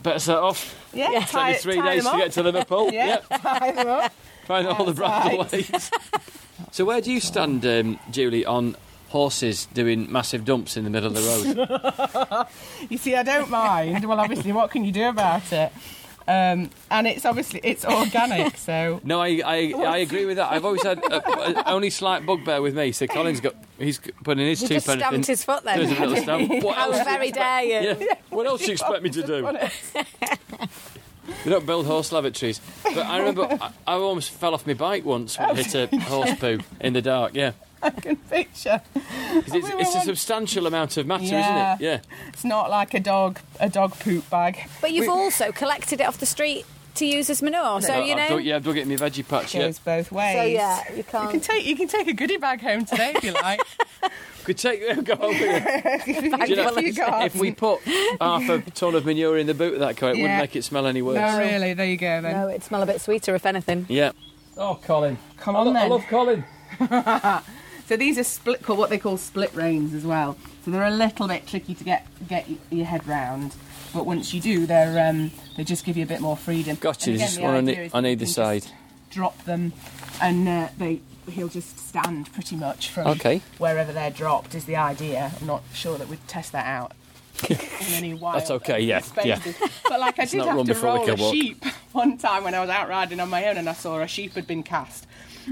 Speaker 2: Better set off.
Speaker 7: Yeah,
Speaker 2: Take
Speaker 7: tie,
Speaker 2: me three
Speaker 7: tie
Speaker 2: days
Speaker 7: them
Speaker 2: to
Speaker 7: up.
Speaker 2: get to Liverpool.
Speaker 7: Yeah,
Speaker 2: Yep.
Speaker 7: tie them up.
Speaker 2: Find all the bridle ways. so, where do you stand, um, Julie, on horses doing massive dumps in the middle of the road?
Speaker 7: You see, I don't mind. Well, obviously, what can you do about it? Um, and it's obviously it's organic, so
Speaker 2: no, I, I, I agree with that. I've always had a, a, only slight bugbear with me. So, Colin's got he's putting his
Speaker 3: You
Speaker 2: two
Speaker 3: just
Speaker 2: pence.
Speaker 3: stamped
Speaker 2: in.
Speaker 3: his foot
Speaker 2: There's a
Speaker 3: then.
Speaker 2: little stamp. What
Speaker 3: How
Speaker 2: else?
Speaker 3: very dare you?
Speaker 2: Yeah. What else do you expect me to do? They don't build horse lavatories. But I remember I, I almost fell off my bike once when I hit a horse poo in the dark, yeah.
Speaker 7: I can picture.
Speaker 2: 'Cause It's, it's a substantial amount of matter,
Speaker 7: Yeah.
Speaker 2: isn't it? Yeah. Oh,
Speaker 7: It's not like a dog a dog poop bag.
Speaker 3: But you've also collected it off the street to use as manure, so
Speaker 2: But
Speaker 3: you
Speaker 2: I've
Speaker 3: know.
Speaker 2: dug, yeah, I've dug it in my veggie patch, yeah.
Speaker 7: Goes both ways.
Speaker 3: So yeah, you
Speaker 7: You can
Speaker 3: can't.
Speaker 7: take you can take a goodie bag home today if you like.
Speaker 2: Could take go home with it. Do you know,
Speaker 7: Thankfully, you got-
Speaker 2: if we put half a ton of manure in the boot of that car, it wouldn't
Speaker 7: Yeah.
Speaker 2: make it smell any worse.
Speaker 7: no, really. There you go then.
Speaker 3: No, it'd smell a bit sweeter if anything.
Speaker 2: Yeah. Oh, Colin.
Speaker 7: Come on then.
Speaker 2: Colin.
Speaker 7: So these are split, called what they call split reins as well. So they're a little bit tricky to get get y- your head round, but once you do, they're um, they just give you a bit more freedom.
Speaker 2: Gotcha,
Speaker 7: And
Speaker 2: there's
Speaker 7: again,
Speaker 2: just
Speaker 7: the
Speaker 2: one on,
Speaker 7: idea
Speaker 2: e-
Speaker 7: is
Speaker 2: on
Speaker 7: that you
Speaker 2: either
Speaker 7: can
Speaker 2: side.
Speaker 7: just drop them, and uh, they he'll just stand pretty much from
Speaker 2: Okay.
Speaker 7: wherever they're dropped is the idea. I'm not sure that we'd test that out. in any wild
Speaker 2: That's okay, yeah, yeah.
Speaker 7: spaces. But like I did
Speaker 2: not
Speaker 7: have
Speaker 2: run
Speaker 7: to
Speaker 2: before we
Speaker 7: roll
Speaker 2: can
Speaker 7: a
Speaker 2: walk.
Speaker 7: sheep one time when I was out riding on my own and I saw a sheep had been cast.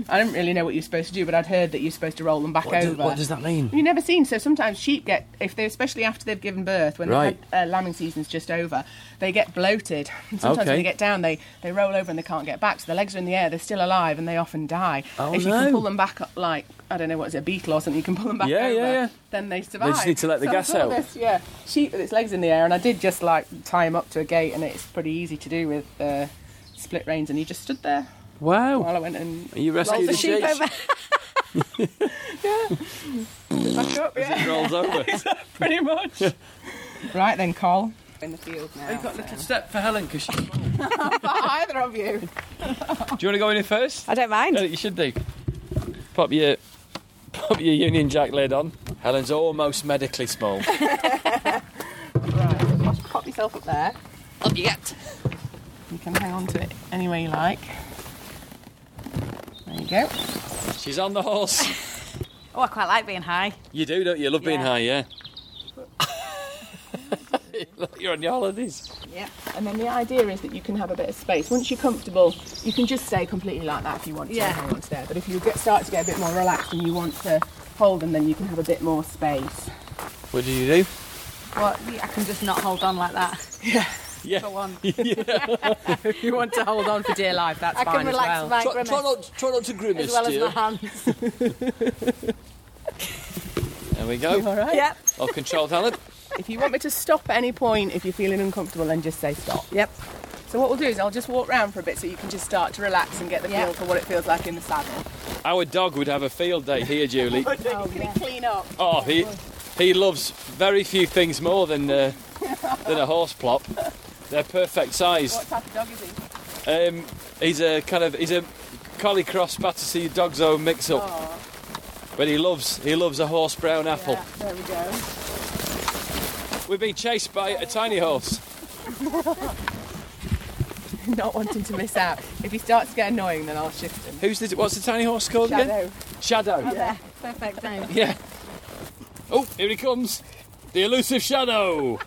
Speaker 7: I didn't really know what you're supposed to do, but I'd heard that you're supposed to roll them back
Speaker 2: What,
Speaker 7: over.
Speaker 2: does, what does that mean?
Speaker 7: You've never seen. So sometimes sheep get, if they, especially after they've given birth, when
Speaker 2: Right.
Speaker 7: the uh, lambing season's just over, they get bloated. And sometimes
Speaker 2: Okay.
Speaker 7: when they get down, they, they roll over and they can't get back. So their legs are in the air, they're still alive, and they often die.
Speaker 2: Oh,
Speaker 7: if you can
Speaker 2: no.
Speaker 7: pull them back, up, like I don't know what is it, a beetle or something, you can pull them back
Speaker 2: Yeah,
Speaker 7: over.
Speaker 2: yeah, yeah.
Speaker 7: Then they survive.
Speaker 2: need to let the
Speaker 7: So I
Speaker 2: gas
Speaker 7: saw
Speaker 2: out.
Speaker 7: This, yeah, sheep with its legs in the air, and I did just like tie him up to a gate, and it's pretty easy to do with. Uh, Split reins, and he just stood there while
Speaker 2: Wow.
Speaker 7: I went and
Speaker 2: You rescued
Speaker 7: rolled
Speaker 2: the
Speaker 7: the
Speaker 2: sheep.
Speaker 7: sheep over. yeah, back up, yeah.
Speaker 2: Rolls over.
Speaker 7: Pretty much. right then, Cole. In the field now.
Speaker 11: I've got a little step for Helen because she. Do you
Speaker 7: either of you.
Speaker 2: want to go in first?
Speaker 3: I don't mind.
Speaker 2: Yeah, you should do. Pop your pop your Union Jack lid on. Helen's almost medically small.
Speaker 7: Pop yourself up there.
Speaker 12: Up you get.
Speaker 7: You can hang on to it any way you like. There you go.
Speaker 2: She's on the horse.
Speaker 3: Oh, I quite like being high.
Speaker 2: You do, don't you? Love being
Speaker 7: Yeah.
Speaker 2: high, yeah. Look, You're on your holidays.
Speaker 7: Yeah. And then the idea is that you can have a bit of space. Once you're comfortable, you can just stay completely like that if you want to.
Speaker 3: Yeah.
Speaker 7: and Hang on to there. But if you get start to get a bit more relaxed and you want to hold them, then you can have a bit more space.
Speaker 2: What did you do?
Speaker 3: Well, I can just not hold on like that.
Speaker 2: Yeah.
Speaker 3: For one.
Speaker 7: If you want to hold on for dear life, that's
Speaker 3: I can relax my
Speaker 2: Try,
Speaker 3: grimace
Speaker 2: try not, try not to grimace,
Speaker 3: as well as
Speaker 2: dear.
Speaker 3: my hands.
Speaker 2: There we go.
Speaker 7: All right.
Speaker 3: yep.
Speaker 2: I'll control Helen.
Speaker 7: If you want me to stop at any point, if you're feeling uncomfortable, then just say stop.
Speaker 3: Yep.
Speaker 7: So what we'll do is I'll just walk round for a bit so you can just start to relax and get the
Speaker 3: Yeah.
Speaker 7: feel for what it feels like in the saddle.
Speaker 2: Our dog would have a field day here, Julie.
Speaker 7: Oh, can it clean up?
Speaker 2: Oh, he he loves very few things more than uh, than a horse plop. They're perfect size.
Speaker 7: What type of dog is he?
Speaker 2: Um, he's a kind of he's a collie cross Battersea dog's own mix up. But he loves he loves a horse brown apple.
Speaker 7: Yeah, there we go.
Speaker 2: We've been chased by a tiny horse.
Speaker 7: Not wanting to miss out. If he starts getting annoying, then I'll shift him.
Speaker 2: Who's the, what's the tiny horse called again?
Speaker 7: Shadow.
Speaker 2: Shadow.
Speaker 3: There. Perfect name.
Speaker 2: Yeah. Oh, here he comes. The elusive shadow.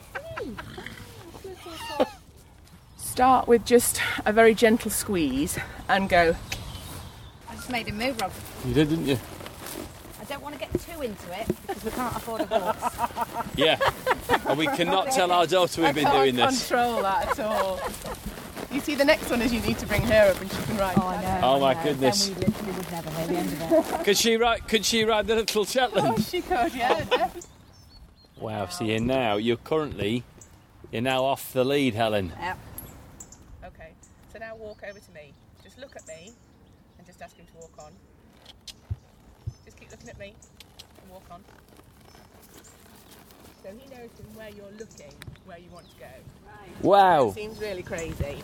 Speaker 7: Start with just a very gentle squeeze and go.
Speaker 3: I just made him move, Rob.
Speaker 2: You did, didn't you?
Speaker 3: I don't want to get too into it because we can't afford a horse.
Speaker 2: Yeah. And we cannot tell our daughter we've been doing this.
Speaker 7: "Oh, control that at all. You see, the next one is you need to bring her up and she can ride.
Speaker 3: I know.
Speaker 2: Oh my goodness.
Speaker 3: Then we literally would never hear the end of it.
Speaker 2: Could she ride? Could she ride the little Shetland?
Speaker 7: Oh, she could, yeah. definitely.
Speaker 2: Wow. So you're now you're currently you're now off the lead, Helen.
Speaker 7: okay, so now walk over to me. Just look at me and just ask him to walk on. Just keep looking at me and walk on. So he knows from where you're looking where you want to go.
Speaker 3: Oh.
Speaker 2: Wow.
Speaker 7: Seems really crazy.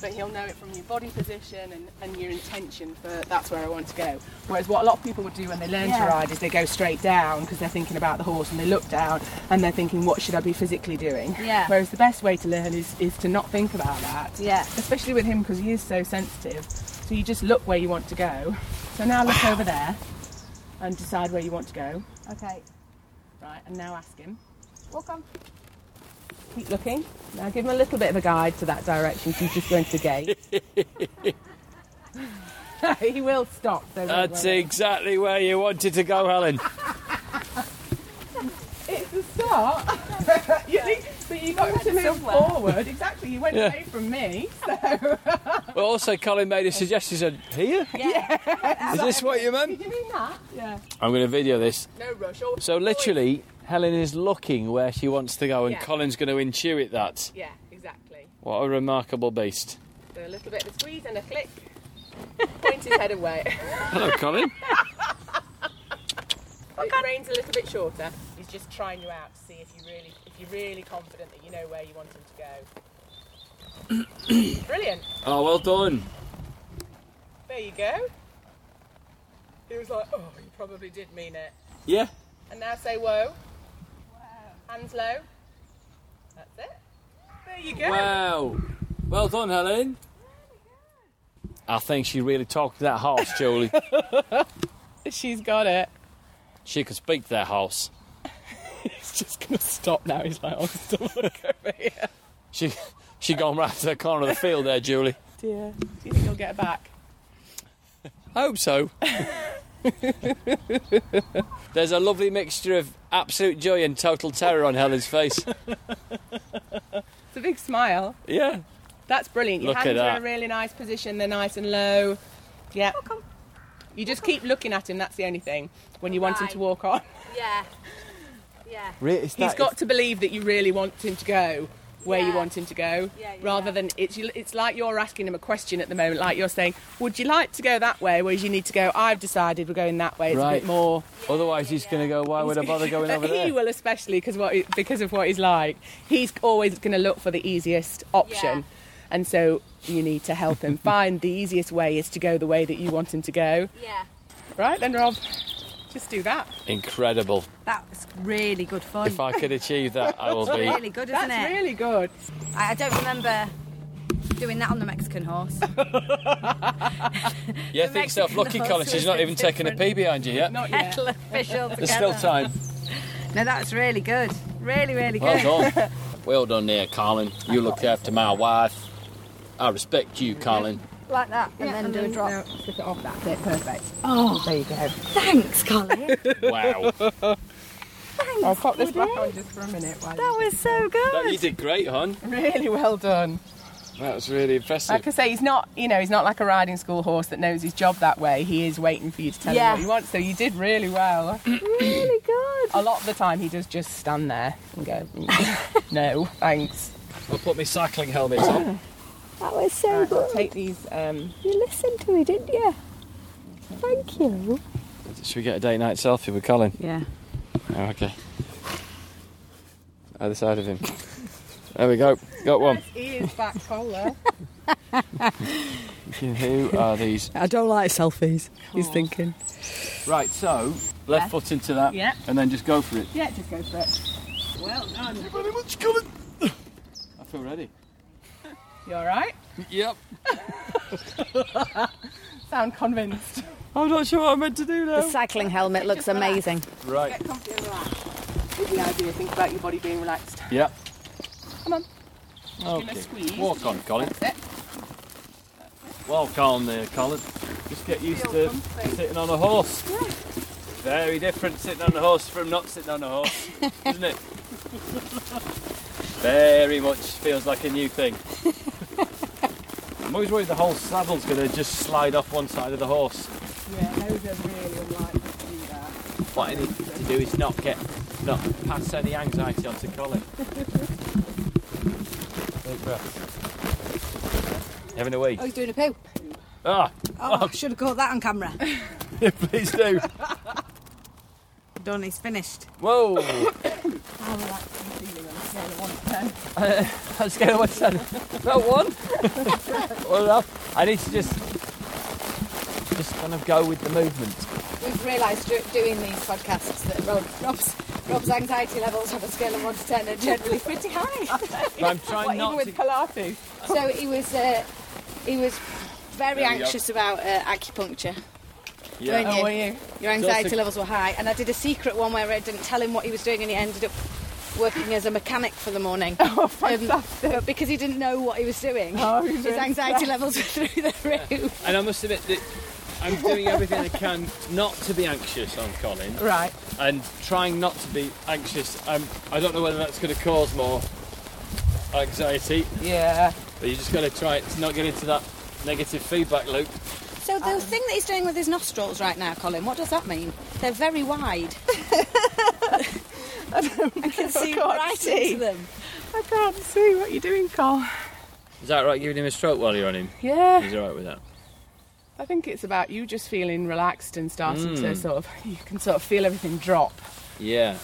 Speaker 7: But he'll know it from your body position and, and your intention for that's where I want to go. Whereas what a lot of people would do when they learn
Speaker 3: Yeah.
Speaker 7: to ride is they go straight down because they're thinking about the horse and they look down and they're thinking, what should I be physically doing?
Speaker 3: Yeah.
Speaker 7: Whereas the best way to learn is, is to not think about that.
Speaker 3: Yeah.
Speaker 7: Especially with him because he is so sensitive. So you just look where you want to go. So now look over there and decide where you want to go.
Speaker 3: Okay.
Speaker 7: Right, and now ask him.
Speaker 3: Walk on.
Speaker 7: Keep looking. Now give him a little bit of a guide to that direction. So he's just going to the gate. he will stop. So don't
Speaker 2: That's
Speaker 7: worry.
Speaker 2: exactly where you wanted to go, Helen.
Speaker 7: It's a start. you think, but you got him to move forward. Exactly. You went
Speaker 2: Yeah.
Speaker 7: away from me. So
Speaker 2: Well, also Colin made a suggestion. He said, "Here,
Speaker 3: Yeah.
Speaker 2: is this what you meant?"
Speaker 7: you mean that? Yeah.
Speaker 2: I'm going to video this.
Speaker 7: No rush.
Speaker 2: So literally, Helen is looking where she wants to go, and
Speaker 7: Yeah.
Speaker 2: Colin's going to intuit that.
Speaker 7: Yeah. Exactly.
Speaker 2: What a remarkable beast.
Speaker 7: So a little bit of a squeeze and a flick. Point his head away.
Speaker 2: Hello, Colin. Oh,
Speaker 7: It rain's a little bit shorter. He's just trying you out to see if you really, if you're really confident that you know where you want him to go. Brilliant.
Speaker 2: oh, well done.
Speaker 7: There you go. He was like, oh, you probably did mean it.
Speaker 2: Yeah.
Speaker 7: And now say whoa. Hands low. That's it. There you go.
Speaker 2: Wow. Well done, Helen. I think she really talked to that horse, Julie.
Speaker 7: She's got it.
Speaker 2: she could speak to that horse.
Speaker 7: He's just gonna stop now. He's like, oh, don't look over here.
Speaker 2: She she gone right to the corner of the field there, Julie.
Speaker 7: Dear, do you think you'll get it back?
Speaker 2: I hope so. There's a lovely mixture of absolute joy and total terror on Helen's face.
Speaker 7: It's a big smile.
Speaker 2: Yeah.
Speaker 7: That's brilliant. Your
Speaker 2: Look at
Speaker 7: hands are in a
Speaker 2: that.
Speaker 7: really nice position. They're nice and low. Yeah. You just keep looking at him. That's the only thing. When you want him to
Speaker 3: Right.
Speaker 7: walk on,
Speaker 3: Yeah. Yeah.
Speaker 7: he's got to believe that you really want him to go where you
Speaker 3: Yeah.
Speaker 7: want him to go,
Speaker 3: Yeah, yeah,
Speaker 7: rather
Speaker 3: yeah.
Speaker 7: than it's you- it's like you're asking him a question at the moment. Like you're saying, "Would you like to go that way?" Whereas you need to go, "I've decided we're going that way." It's a
Speaker 2: Right.
Speaker 7: bit more.
Speaker 2: Otherwise, he's going to go, why would I bother going
Speaker 7: But
Speaker 2: over
Speaker 7: he
Speaker 2: there?
Speaker 7: will especially because what he- because of what he's like. He's always going to look for the easiest option, and so you need to help him find the easiest way is to go the way that you want him to go.
Speaker 3: Yeah.
Speaker 7: Right then, Rob, just do that.
Speaker 2: Incredible.
Speaker 13: That was really good fun.
Speaker 2: If I could achieve that, I will be.
Speaker 13: really good, isn't
Speaker 7: That's
Speaker 13: it?
Speaker 7: really good.
Speaker 13: I, I don't remember doing that on the Mexican horse.
Speaker 2: Yeah, think so.
Speaker 13: Mexican
Speaker 2: Lucky
Speaker 13: horse
Speaker 2: Colin, she's
Speaker 13: was
Speaker 2: not even taking a
Speaker 13: different.
Speaker 2: pee behind you yet.
Speaker 7: Not yet.
Speaker 13: Kettle official together.
Speaker 2: There's still time.
Speaker 13: No, that's really good. Really, really good.
Speaker 2: Well done. well done there, Colin. You look after my wife. I respect you, Colin.
Speaker 3: Like that, and then do a drop. Flip it off. That's it. Perfect. Oh, there you go.
Speaker 13: Thanks, Colin. that
Speaker 2: Wow.
Speaker 7: I'll pop this back on just for a minute. While you-
Speaker 13: was so good.
Speaker 2: you did great, hon.
Speaker 7: really well done.
Speaker 2: That was really impressive.
Speaker 7: Like I say, he's not you know he's not like a riding school horse that knows his job that way. He is waiting for you to tell
Speaker 3: Yeah.
Speaker 7: him what he wants. So you did really well.
Speaker 3: Really good.
Speaker 7: A lot of the time, he does just stand there and go, "Mm, "No, thanks."
Speaker 2: I'll put my cycling helmet on.
Speaker 3: That was so
Speaker 7: Right, I'll
Speaker 3: good.
Speaker 7: take these. Um,
Speaker 3: You listened to me, didn't you? Thank you.
Speaker 2: Should we get a date night selfie with Colin?
Speaker 13: Yeah.
Speaker 2: Oh, okay. Either side of him. There we go. Got one.
Speaker 7: he is back collar.
Speaker 2: Who are these?
Speaker 13: I don't like selfies, he's thinking.
Speaker 2: Right, so left foot into that,
Speaker 7: Yeah.
Speaker 2: and then just go for it.
Speaker 7: yeah, just go for it. Well done.
Speaker 2: Very much, Colin. I feel ready.
Speaker 7: You all right?
Speaker 2: Yep.
Speaker 7: Sound convinced.
Speaker 2: I'm not sure what I'm meant to do
Speaker 3: The
Speaker 2: now.
Speaker 3: cycling helmet looks amazing.
Speaker 2: Right.
Speaker 7: comfy and relaxed. With the idea, think about your body being relaxed.
Speaker 2: Yep.
Speaker 7: Come on.
Speaker 2: Okay.
Speaker 7: squeeze.
Speaker 2: Walk on, Colin.
Speaker 7: That's
Speaker 2: Walk on there, Colin. Just get used to sitting on a horse. Very different sitting on a horse from not sitting on a horse, isn't it? Very much feels like a new thing. I'm always worried the whole saddle's going to just slide off one side of the horse.
Speaker 7: Yeah, those are really unlikely to do that.
Speaker 2: What I need to do is not get, not pass any anxiety onto Colin. Deep breath. You Having a wee.
Speaker 13: Oh, he's doing a poo.
Speaker 2: Ah,
Speaker 13: Oh, I should have caught that on camera.
Speaker 2: please do.
Speaker 13: Done, he's finished.
Speaker 2: Whoa! I'm scared of what's that? That one? well enough. I need to just just kind of go with the movement.
Speaker 3: We've realised dur- doing these podcasts that Rob, Rob's, Rob's anxiety levels have a scale of 1 to 10 are generally pretty high.
Speaker 2: But I'm trying
Speaker 7: What, even
Speaker 2: not
Speaker 7: with
Speaker 2: to.
Speaker 7: Pilates?
Speaker 3: So he was, uh, he was very
Speaker 2: There we go.
Speaker 3: anxious about uh, acupuncture.
Speaker 2: Yeah.
Speaker 3: Weren't you?
Speaker 7: How Oh, are you?
Speaker 3: Your anxiety levels were high. And I did a secret one where I didn't tell him what he was doing and he ended up working as a mechanic for the morning. Oh, fantastic. Oh, but because he didn't know what he was doing,
Speaker 7: Oh,
Speaker 3: his anxiety levels were through the roof.
Speaker 2: And I must admit that I'm doing everything I can not to be anxious on Colin,
Speaker 7: Right.
Speaker 2: and trying not to be anxious. I'm, I don't know whether that's going to cause more anxiety,
Speaker 7: Yeah.
Speaker 2: but you just got to try to not get into that negative feedback loop.
Speaker 3: So
Speaker 14: Um,
Speaker 3: the thing that he's doing with his nostrils right now, Colin, what does that mean? They're very wide. I can
Speaker 14: Oh,
Speaker 3: see
Speaker 7: can't
Speaker 3: right
Speaker 7: see.
Speaker 3: into them.
Speaker 7: I can't see what you're doing, Carl.
Speaker 2: Is that right? Giving him a stroke while you're on him.
Speaker 7: Yeah.
Speaker 2: He's all right with that.
Speaker 7: I think it's about you just feeling relaxed and starting
Speaker 2: Hmm.
Speaker 7: to sort of, you can sort of feel everything drop.
Speaker 2: Yeah.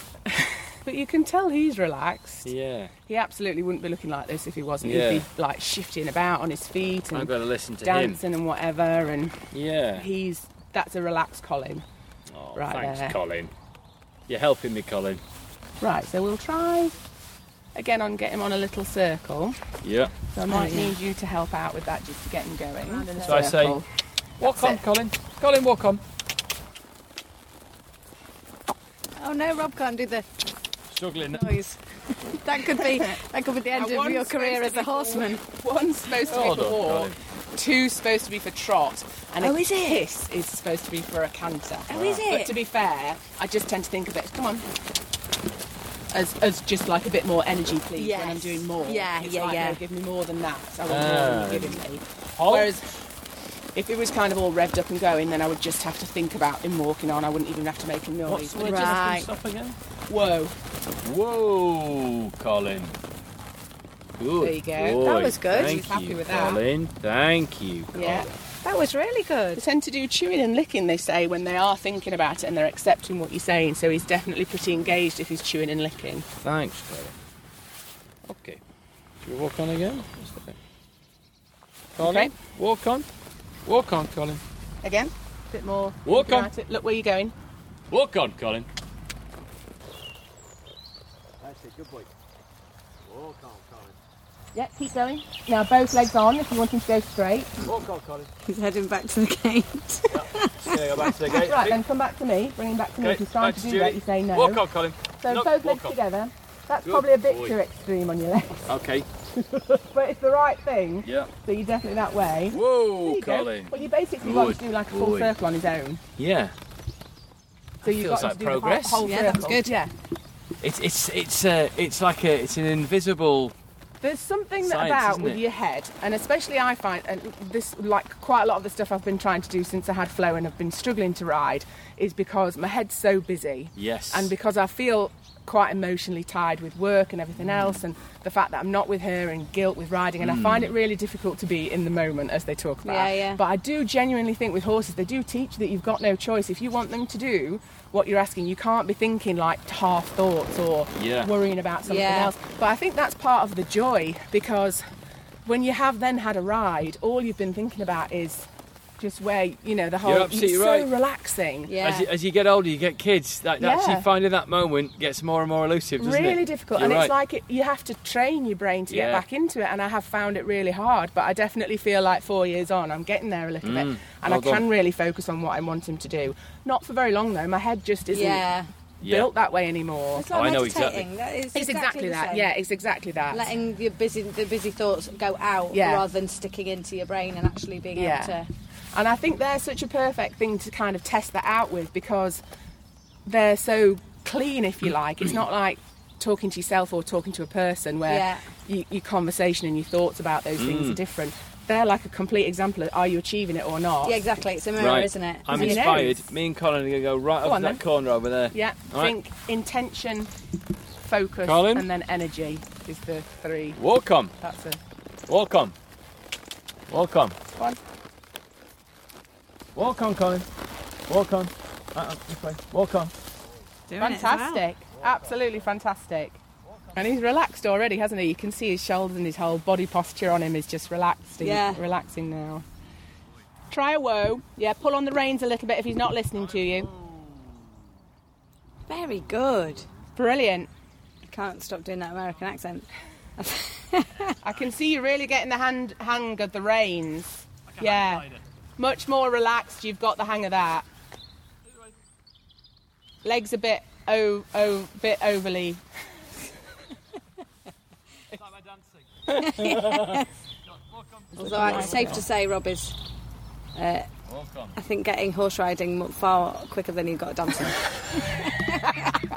Speaker 7: But you can tell he's relaxed.
Speaker 2: Yeah.
Speaker 7: He absolutely wouldn't be looking like this if he wasn't.
Speaker 2: Yeah.
Speaker 7: He'd be like shifting about on his feet
Speaker 2: I've
Speaker 7: and
Speaker 2: got to listen to
Speaker 7: dancing and whatever. And
Speaker 2: him. Yeah.
Speaker 7: he's that's a relaxed Colin.
Speaker 2: Oh,
Speaker 7: right
Speaker 2: thanks,
Speaker 7: there.
Speaker 2: Colin. You're helping me, Colin.
Speaker 7: Right, so we'll try again on get him on a little circle.
Speaker 2: Yeah.
Speaker 7: So I might need you to help out with that just to get him going.
Speaker 2: So I say, walk on, Colin. Colin, walk on.
Speaker 14: Oh no, Rob can't do the
Speaker 2: Struggling.
Speaker 14: noise. that could be that could be the end
Speaker 7: Now,
Speaker 14: of your
Speaker 7: one's supposed
Speaker 14: career
Speaker 7: to
Speaker 14: as a
Speaker 7: be for-
Speaker 14: horseman.
Speaker 7: One's supposed to be
Speaker 2: Hold
Speaker 7: for
Speaker 2: on,
Speaker 7: walk,
Speaker 2: Colin.
Speaker 7: two's supposed to be for trot, and
Speaker 14: Oh,
Speaker 7: a
Speaker 14: is it?
Speaker 7: kiss is supposed to be for a canter.
Speaker 14: Oh, is
Speaker 7: But
Speaker 14: it?
Speaker 7: to be fair, I just tend to think of it. Come on. As, as just like a bit more energy, please, when I'm
Speaker 14: Yes.
Speaker 7: doing more.
Speaker 14: Yeah,
Speaker 7: It's
Speaker 14: yeah,
Speaker 7: like,
Speaker 14: yeah.
Speaker 7: no, give me more than that. I want more than you're giving me.
Speaker 2: Halt.
Speaker 7: Whereas if it was kind of all revved up and going, then I would just have to think about him walking on. I wouldn't even have to make a noise.
Speaker 14: word just Right.
Speaker 2: Stop again.
Speaker 7: Whoa.
Speaker 2: Whoa, Colin. Good.
Speaker 7: There you go.
Speaker 14: That
Speaker 2: boy.
Speaker 14: was good.
Speaker 2: Thank
Speaker 7: He's happy
Speaker 2: you,
Speaker 7: with that.
Speaker 2: Colin. Thank you, Colin.
Speaker 7: Yeah.
Speaker 14: That was really
Speaker 7: Oh, They
Speaker 14: good.
Speaker 7: tend to do chewing and licking, they say, when they are thinking about it and they're accepting what you're saying. So he's definitely pretty engaged if he's chewing and licking.
Speaker 2: Thanks, Colin. Okay. Should we walk on again? What's that? Colin,
Speaker 7: Okay.
Speaker 2: walk on. Walk on, Colin.
Speaker 7: Again, a bit more.
Speaker 2: Walk
Speaker 7: thinking
Speaker 2: on.
Speaker 7: about it. Look where you're going.
Speaker 2: Walk on, Colin.
Speaker 7: Yeah, keep going. Now both legs on if you want him to go straight.
Speaker 14: He's heading back to the gate.
Speaker 7: Right, then come back to me. Bring him back to me.
Speaker 2: Okay,
Speaker 7: If he's
Speaker 2: back
Speaker 7: starting to
Speaker 2: to
Speaker 7: do that,
Speaker 2: Julie.
Speaker 7: you say no.
Speaker 2: Walk on, Colin.
Speaker 7: So
Speaker 2: No, walk
Speaker 7: both legs
Speaker 2: on.
Speaker 7: together. That's
Speaker 2: Good
Speaker 7: probably a bit
Speaker 2: boy.
Speaker 7: too extreme on your legs,
Speaker 2: Okay.
Speaker 7: but it's the right thing.
Speaker 2: Yeah.
Speaker 7: So you're definitely that way. There
Speaker 2: Whoa,
Speaker 7: you go.
Speaker 2: Colin.
Speaker 7: Well, you basically want to
Speaker 2: Good
Speaker 7: do like a full
Speaker 2: boy.
Speaker 7: circle on his own.
Speaker 2: Yeah.
Speaker 7: So you've
Speaker 2: feels
Speaker 7: got
Speaker 2: like
Speaker 7: to do the whole-
Speaker 2: progress.
Speaker 7: Whole,
Speaker 14: Yeah, that was
Speaker 7: circle.
Speaker 14: good.
Speaker 7: Yeah.
Speaker 2: It's it's it's uh, it's like a it's an invisible.
Speaker 7: There's something that
Speaker 2: Science,
Speaker 7: about
Speaker 2: isn't
Speaker 7: with
Speaker 2: it?
Speaker 7: your head, and especially I find and this like quite a lot of the stuff I've been trying to do since I had flow and have been struggling to ride is because my head's so busy.
Speaker 2: Yes.
Speaker 7: And because I feel quite emotionally tied with work and everything else, and the fact that I'm not with her and guilt with riding, and I find it really difficult to be in the moment as they talk about.
Speaker 14: Yeah,
Speaker 7: it.
Speaker 14: yeah.
Speaker 7: But I do genuinely think with horses, they do teach that you've got no choice. If you want them to do what you're asking, you can't be thinking like half thoughts or
Speaker 2: Yeah.
Speaker 7: worrying about something
Speaker 14: Yeah.
Speaker 7: else. But I think that's part of the joy because when you have then had a ride, all you've been thinking about is just where you know the whole.
Speaker 2: absolutely
Speaker 7: it's
Speaker 2: right.
Speaker 7: so relaxing.
Speaker 14: Yeah.
Speaker 2: As, you, as you get older, you get kids. That, Actually,
Speaker 7: Yeah.
Speaker 2: finding that moment gets more and more elusive, doesn't it?
Speaker 7: really difficult,
Speaker 2: You're
Speaker 7: and
Speaker 2: right.
Speaker 7: it's like it, you have to train your brain to get
Speaker 2: Yeah.
Speaker 7: back into it. And I have found it really hard, but I definitely feel like four years on, I'm getting there a little bit, and I
Speaker 2: Mm. well
Speaker 7: can
Speaker 2: done.
Speaker 7: really focus on what I want him to do. Not for very long though. My head just isn't
Speaker 14: Yeah.
Speaker 2: Yeah.
Speaker 7: built that way anymore.
Speaker 2: Oh, I know exactly.
Speaker 3: That is
Speaker 7: It's exactly,
Speaker 3: the
Speaker 7: that.
Speaker 3: same.
Speaker 7: Yeah, it's exactly that.
Speaker 3: Letting your busy, the busy thoughts go out
Speaker 7: Yeah.
Speaker 3: rather than sticking into your brain and actually being
Speaker 7: Yeah.
Speaker 3: able to.
Speaker 7: And I think they're such a perfect thing to kind of test that out with because they're so clean, if
Speaker 3: Mm.
Speaker 7: you like. It's not like talking to yourself or talking to a person where
Speaker 3: Yeah. Mm.
Speaker 7: you, your conversation and your thoughts about those things are different. They're like a complete example of are you achieving it or not?
Speaker 3: Yeah, exactly. It's a mirror,
Speaker 2: Right.
Speaker 3: isn't it?
Speaker 2: I'm
Speaker 7: It is.
Speaker 2: inspired. Me and Colin are going to go right
Speaker 7: Go
Speaker 2: up
Speaker 7: on
Speaker 2: to that
Speaker 7: then.
Speaker 2: corner over there.
Speaker 7: Yeah,
Speaker 2: All right.
Speaker 7: think intention, focus,
Speaker 2: Colin?
Speaker 7: and then energy is the three.
Speaker 2: Walk on.
Speaker 7: That's a
Speaker 2: Walk on. Walk on.
Speaker 7: one.
Speaker 2: Walk on, Colin. Walk on. Uh-uh, this way. Walk on.
Speaker 7: Fantastic. Absolutely fantastic. And he's relaxed already, hasn't he? You can see his shoulders and his whole body posture on him is just relaxing.
Speaker 3: Yeah.
Speaker 7: Relaxing now. Try a woe. Yeah, pull on the reins a little bit if he's not listening to you.
Speaker 3: Very good.
Speaker 7: Brilliant.
Speaker 3: I can't stop doing that American accent.
Speaker 7: I can see you really getting the hand hang of the reins. yeah. Much more relaxed. You've got the hang of that. Legs a bit oh oh bit overly.
Speaker 3: Although I- it's safe to say, Rob is. Uh,
Speaker 2: Walk on.
Speaker 3: I think getting horse riding mu- far quicker than you got dancing.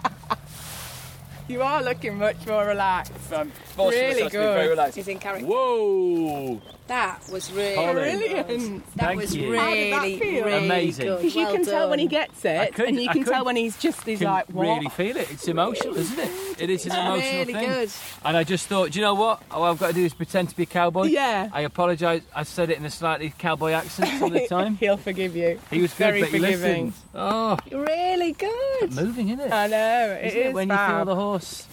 Speaker 7: You are looking much more relaxed.
Speaker 2: I'm forcing
Speaker 7: Really
Speaker 2: myself to be very
Speaker 7: good.
Speaker 2: relaxed.
Speaker 3: He's in character.
Speaker 2: Whoa.
Speaker 3: That was really,
Speaker 2: Colin.
Speaker 7: Brilliant.
Speaker 3: that
Speaker 2: Thank
Speaker 3: was
Speaker 2: you.
Speaker 3: really,
Speaker 7: How did that feel?
Speaker 3: really
Speaker 2: Amazing.
Speaker 3: good.
Speaker 7: Because you
Speaker 3: Well
Speaker 7: can tell when he
Speaker 3: done.
Speaker 7: gets
Speaker 2: I
Speaker 7: it,
Speaker 2: could-
Speaker 7: and you
Speaker 2: I
Speaker 7: can
Speaker 2: could-
Speaker 7: tell when he's just he's
Speaker 2: can
Speaker 7: like, what?
Speaker 2: really feel it. It's emotional, isn't it? It is an emotional
Speaker 3: really
Speaker 2: thing.
Speaker 3: good.
Speaker 2: And I just thought, do you know what? All I've got to do is pretend to be cowboy.
Speaker 7: Yeah.
Speaker 2: I apologise. I said it in a slightly cowboy accent all the time.
Speaker 7: He'll forgive you.
Speaker 2: He was good,
Speaker 7: Very
Speaker 2: but he
Speaker 7: forgiving.
Speaker 2: listened. Oh,
Speaker 3: Really good.
Speaker 2: moving, isn't it?
Speaker 7: I know.
Speaker 2: Isn't
Speaker 7: it is
Speaker 2: when you feel
Speaker 7: fab.
Speaker 2: the horse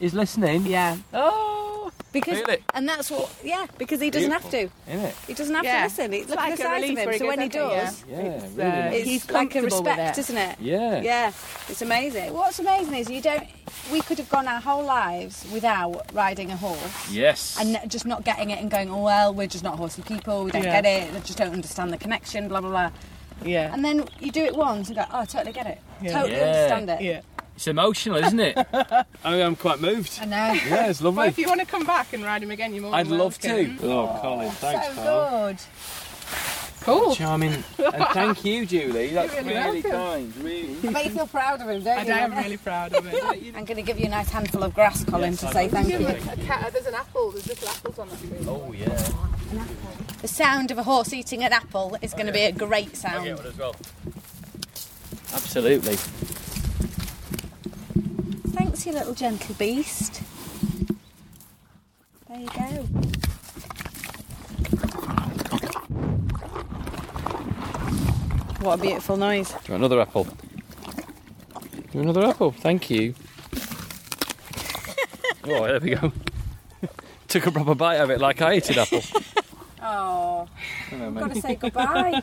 Speaker 2: is listening.
Speaker 7: Yeah.
Speaker 2: Oh,
Speaker 15: Because
Speaker 16: Feel it.
Speaker 15: and that's what yeah, because he doesn't have to.
Speaker 16: Isn't it?
Speaker 15: He doesn't have
Speaker 7: Yeah.
Speaker 15: to listen. It's
Speaker 7: It's
Speaker 15: look
Speaker 7: like
Speaker 15: at
Speaker 7: a
Speaker 15: the size of
Speaker 7: relief where
Speaker 15: him.
Speaker 7: he
Speaker 15: So
Speaker 7: goes,
Speaker 15: when he
Speaker 7: "Okay, yeah."
Speaker 15: does,
Speaker 16: Yeah,
Speaker 7: It's,
Speaker 16: really
Speaker 7: uh,
Speaker 16: nice.
Speaker 15: it's
Speaker 7: He's
Speaker 15: like a
Speaker 7: comfortable with
Speaker 15: respect,
Speaker 7: it.
Speaker 15: isn't it?
Speaker 16: Yeah.
Speaker 15: Yeah. It's amazing.
Speaker 17: What's amazing is you don't. We could have gone our whole lives without riding a horse
Speaker 16: Yes.
Speaker 17: and n- just not getting it and going, oh well, we're just not horsey people. We don't
Speaker 7: Yeah.
Speaker 17: get it. We just don't understand the connection. Blah blah blah.
Speaker 7: Yeah.
Speaker 17: And then you do it once and go, oh, I totally get it.
Speaker 7: Yeah.
Speaker 17: Totally
Speaker 16: Yeah.
Speaker 17: understand it.
Speaker 7: Yeah.
Speaker 16: It's emotional, isn't it? I mean, I'm quite moved.
Speaker 17: I know.
Speaker 16: Yeah, it's
Speaker 7: Well,
Speaker 16: lovely.
Speaker 7: if you want to come back and ride him again, you're more than
Speaker 16: I'd love to.
Speaker 7: welcome.
Speaker 16: Oh, Colin, thanks,
Speaker 17: so
Speaker 16: pal.
Speaker 17: good.
Speaker 7: Cool.
Speaker 16: Charming. And thank you, Julie. That's
Speaker 7: You're really
Speaker 16: really
Speaker 7: welcome.
Speaker 16: kind. Really.
Speaker 17: I bet you feel proud of him, don't
Speaker 7: And
Speaker 17: you?
Speaker 7: I'm really proud of it.
Speaker 17: I'm going to give you a nice handful of grass, Colin, to say thank you.
Speaker 7: there's an apple. There's little apples on that.
Speaker 16: Oh, yeah.
Speaker 17: The sound of a horse eating an apple is going to be a great sound.
Speaker 16: as well. Absolutely.
Speaker 17: Thanks, you little gentle beast. There you go.
Speaker 15: What a beautiful noise.
Speaker 16: Do you want another apple? Do you want another apple? Thank you. oh, there we go. Took a proper bite of it like I ate an apple.
Speaker 17: Oh,
Speaker 16: Hello,
Speaker 17: I've got to
Speaker 16: mate.
Speaker 17: say goodbye.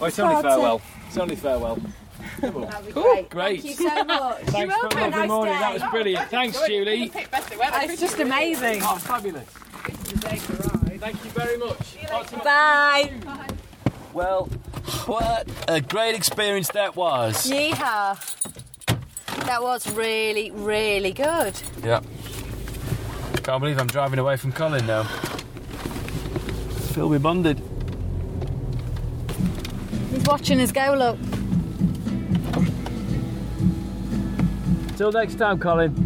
Speaker 16: Oh, it's
Speaker 17: only
Speaker 16: only
Speaker 17: hard to- farewell.
Speaker 16: farewell. It's only farewell.
Speaker 17: That'd be great.
Speaker 16: great.
Speaker 17: Thank you so much.
Speaker 16: Thanks for a
Speaker 17: welcome.
Speaker 16: lovely
Speaker 17: Nice
Speaker 16: morning.
Speaker 17: day. Oh,
Speaker 16: That was brilliant. Thanks, Julie.
Speaker 17: It's just amazing.
Speaker 16: Oh, fabulous. Thank you very much.
Speaker 17: Bye.
Speaker 16: Well, what a great experience that was.
Speaker 17: Yeehaw. That was really, really good.
Speaker 16: Yeah. Can't believe I'm driving away from Colin now. Phil be bonded.
Speaker 17: He's watching us go, look.
Speaker 16: Till next time, Colin.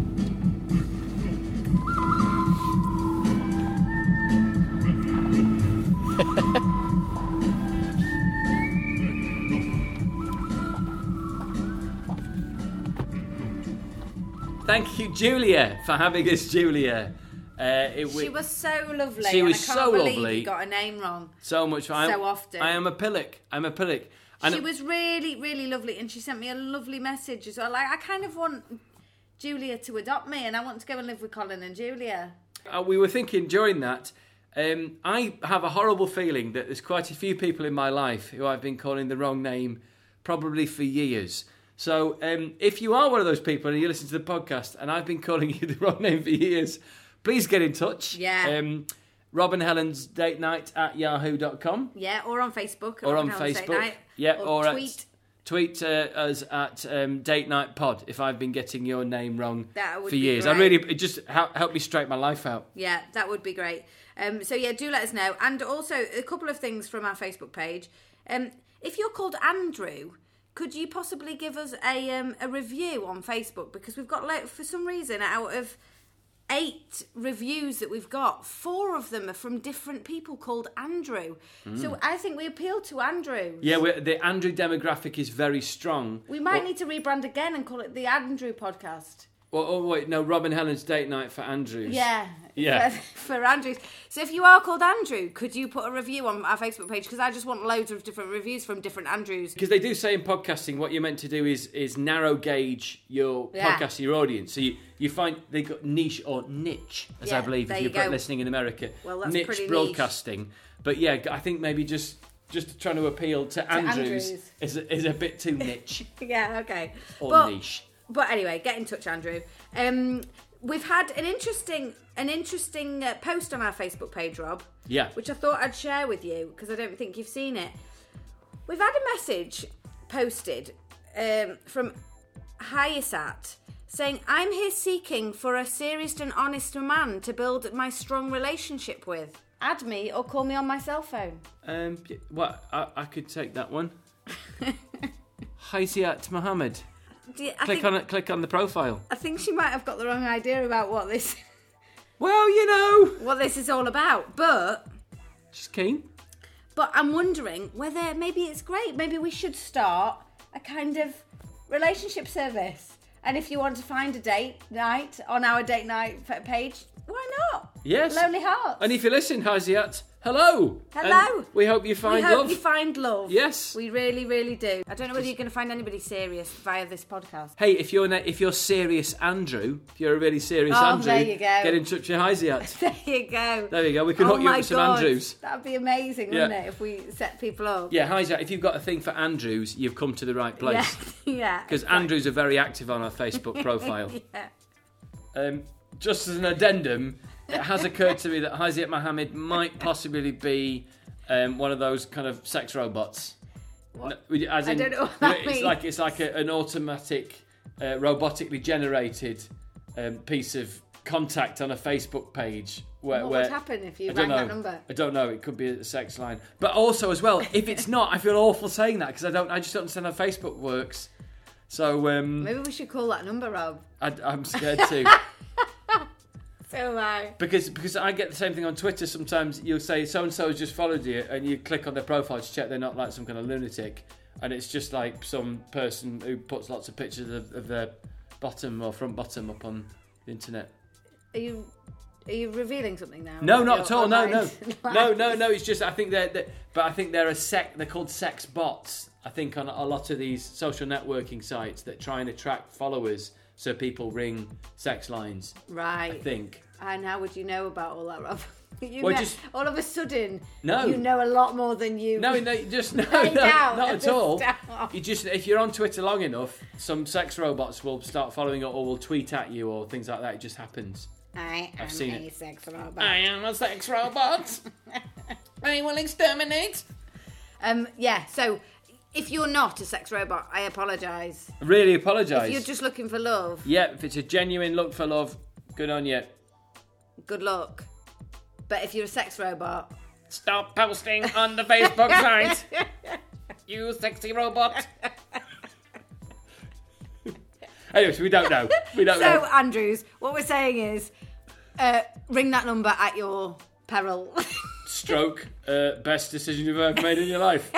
Speaker 2: Thank you, Julia, for having us, Julia. Uh, it
Speaker 3: She was so lovely.
Speaker 2: She
Speaker 3: and
Speaker 2: was
Speaker 3: I can't
Speaker 2: so
Speaker 3: believe
Speaker 2: lovely.
Speaker 3: You got her name wrong.
Speaker 2: so much fun.
Speaker 3: so often.
Speaker 2: I am a pillock. I'm a pillock. And
Speaker 3: she was really, really lovely, and she sent me a lovely message as well. Like, I kind of want Julia to adopt me, and I want to go and live with Colin and Julia.
Speaker 2: uh, we were thinking during that. Um, I have a horrible feeling that there's quite a few people in my life who I've been calling the wrong name, probably for years. So um, if you are one of those people and you listen to the podcast, and I've been calling you the wrong name for years, please get in touch.
Speaker 3: Yeah.
Speaker 2: Um, Robin Helen's date night at yahoo.com.
Speaker 3: Yeah, or on Facebook,
Speaker 2: or on
Speaker 3: Helen Say
Speaker 2: Facebook.
Speaker 3: Night,
Speaker 2: Yeah, or,
Speaker 3: or, tweet.
Speaker 2: At, tweet uh, us at um, Date Night Pod if I've been getting your name wrong
Speaker 3: That would
Speaker 2: for
Speaker 3: be
Speaker 2: years. I
Speaker 3: great.
Speaker 2: really it just help, helped me straighten my life out.
Speaker 3: Yeah, that would be great. Um, so yeah, do let us know. And also a couple of things from our Facebook page. Um, if you're called Andrew, could you possibly give us a um, a review on Facebook because we've got like for some reason out of eight reviews that we've got, four of them are from different people called Andrew. So I think we appeal to Andrew.
Speaker 2: Yeah, we're, the Andrew demographic is very strong.
Speaker 3: We might need to rebrand again and call it the Andrew podcast.
Speaker 2: Well, oh wait, no, Robin Helen's Date Night for Andrews.
Speaker 3: Yeah.
Speaker 2: Yeah.
Speaker 3: For, for Andrews. So if you are called Andrew, could you put a review on our Facebook page? Because I just want loads of different reviews from different Andrews.
Speaker 2: Because they do say in podcasting, what you're meant to do is is narrow gauge your
Speaker 3: Yeah.
Speaker 2: podcast, your audience. So you, you find they got niche or niche, as
Speaker 3: Yeah,
Speaker 2: I believe,
Speaker 3: there
Speaker 2: if
Speaker 3: you
Speaker 2: you're
Speaker 3: go.
Speaker 2: listening in America.
Speaker 3: Well, that's
Speaker 2: niche
Speaker 3: pretty niche.
Speaker 2: broadcasting. But yeah, I think maybe just just trying to appeal to, Andrews,
Speaker 3: Andrews.
Speaker 2: Is, a, is a bit too niche
Speaker 3: Yeah, okay.
Speaker 2: or
Speaker 3: but,
Speaker 2: niche.
Speaker 3: but anyway, get in touch, Andrew. Um, we've had an interesting an interesting uh, post on our Facebook page, Rob.
Speaker 2: Yeah.
Speaker 3: Which I thought I'd share with you because I don't think you've seen it. We've had a message posted um, from Hyasat saying, "I'm here seeking for a serious and honest man to build my strong relationship with. Add me or call me on my cell phone."
Speaker 2: Um, y- what I, I could take that one. Haisiat Mohammed.
Speaker 3: Do you- I
Speaker 2: Click
Speaker 3: think,
Speaker 2: on it. Click on the profile.
Speaker 3: I think she might have got the wrong idea about what this
Speaker 2: Well, you know,
Speaker 3: what this is all about, but
Speaker 2: she's keen.
Speaker 3: But I'm wondering whether maybe it's great. Maybe we should start a kind of relationship service. And if you want to find a date night on our date night f- page, why not?
Speaker 2: Yes.
Speaker 3: Lonely Hearts.
Speaker 2: And if you listen, Haisiat, hello.
Speaker 3: Hello.
Speaker 2: And we hope you find
Speaker 3: we hope
Speaker 2: love.
Speaker 3: you find love.
Speaker 2: Yes.
Speaker 3: We really, really do. I don't know whether you're going to find anybody serious via this podcast.
Speaker 2: Hey, if you're ne- if you're serious, Andrew, if you're a really serious
Speaker 3: Oh,
Speaker 2: Andrew,
Speaker 3: there you go.
Speaker 2: get in touch with Hysiat.
Speaker 3: There you go.
Speaker 2: There you go, we can
Speaker 3: oh
Speaker 2: hook you up
Speaker 3: my
Speaker 2: with some
Speaker 3: God.
Speaker 2: Andrews.
Speaker 3: That'd be amazing,
Speaker 2: Yeah.
Speaker 3: wouldn't it, if we set people up?
Speaker 2: yeah, Hysiat, if you've got a thing for Andrews, you've come to the right place.
Speaker 3: Yeah. yeah.
Speaker 2: Because Andrews are very active on our Facebook profile.
Speaker 3: yeah.
Speaker 2: Um, just as an addendum, it has occurred to me that Haziat Mohammed might possibly be um, one of those kind of sex robots. No, we- as
Speaker 3: I
Speaker 2: in-
Speaker 3: don't know what that
Speaker 2: it's
Speaker 3: means.
Speaker 2: like it's like a, an automatic, uh, robotically generated um, piece of contact on a Facebook page. Where,
Speaker 3: What
Speaker 2: where-
Speaker 3: would happen if you
Speaker 2: I don't
Speaker 3: rang that
Speaker 2: know.
Speaker 3: number?
Speaker 2: I don't know. It could be a sex line, but also as well, if it's not, I feel awful saying that because I don't. I just don't understand how Facebook works. So um,
Speaker 3: Maybe we should call that number, Rob.
Speaker 2: I, I'm scared too.
Speaker 3: So am I.
Speaker 2: Because because I get the same thing on Twitter sometimes. You'll say so and so has just followed you, and you click on their profile to check they're not like some kind of lunatic, and it's just like some person who puts lots of pictures of, of their bottom or front bottom up on the internet.
Speaker 3: Are you are you revealing something now?
Speaker 2: No,
Speaker 3: About
Speaker 2: not
Speaker 3: your
Speaker 2: at all. No, no,
Speaker 3: online
Speaker 2: no, no, no. It's just I think they're, they but I think they're a sec. They're called sex bots. I think on a lot of these social networking sites that try and attract followers, so people ring sex lines.
Speaker 3: Right.
Speaker 2: I think.
Speaker 3: And how would you know about all that, Rob? You
Speaker 2: Well,
Speaker 3: know-
Speaker 2: just-
Speaker 3: all of a sudden,
Speaker 2: No.
Speaker 3: you know a lot more than you.
Speaker 2: No, no, just no, no
Speaker 3: Lay down
Speaker 2: not
Speaker 3: and
Speaker 2: at all.
Speaker 3: just
Speaker 2: You just if you're on Twitter long enough, some sex robots will start following you or will tweet at you or things like that. It just happens.
Speaker 3: I
Speaker 2: I've seen it.
Speaker 3: sex robot.
Speaker 2: I am a sex robot.
Speaker 3: I will exterminate. Um, yeah. So, if you're not a sex robot, I apologise.
Speaker 2: Really
Speaker 3: If
Speaker 2: apologise.
Speaker 3: you're just looking for love,
Speaker 2: Yeah, if it's a genuine look for love, good on you.
Speaker 3: good luck. But if you're a sex robot,
Speaker 2: stop posting on the Facebook site. You sexy robot. Anyways, we don't know. We don't
Speaker 3: so,
Speaker 2: know.
Speaker 3: Andrews, what we're saying is, uh, ring that number at your peril.
Speaker 2: Stroke, uh, best decision you've ever made in your life.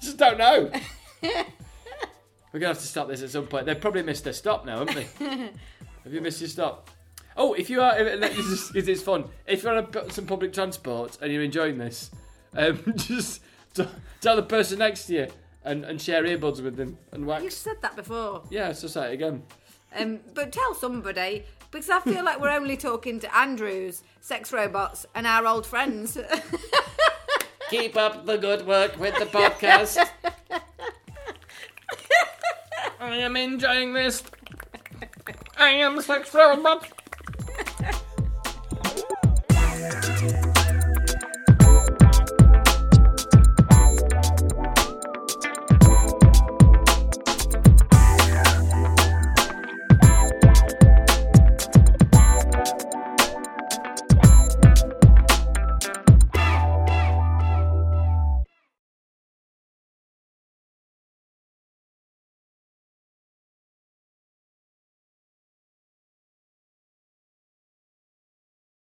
Speaker 2: Just don't know. We're gonna have to stop this at some point. They've probably missed their stop now, haven't they? Have you missed your stop? Oh, if you are, if- this is, this is fun. If you're on a, pu- some public transport and you're enjoying this, um, just t- tell the person next to you and, and share earbuds with them and
Speaker 3: You've
Speaker 2: wax.
Speaker 3: said that before.
Speaker 2: Yeah, so say it again.
Speaker 3: Um, but tell somebody because I feel like we're only talking to Andrews, sex robots, and our old friends.
Speaker 2: Keep up the good work with the podcast. I am enjoying this. I am sex robot.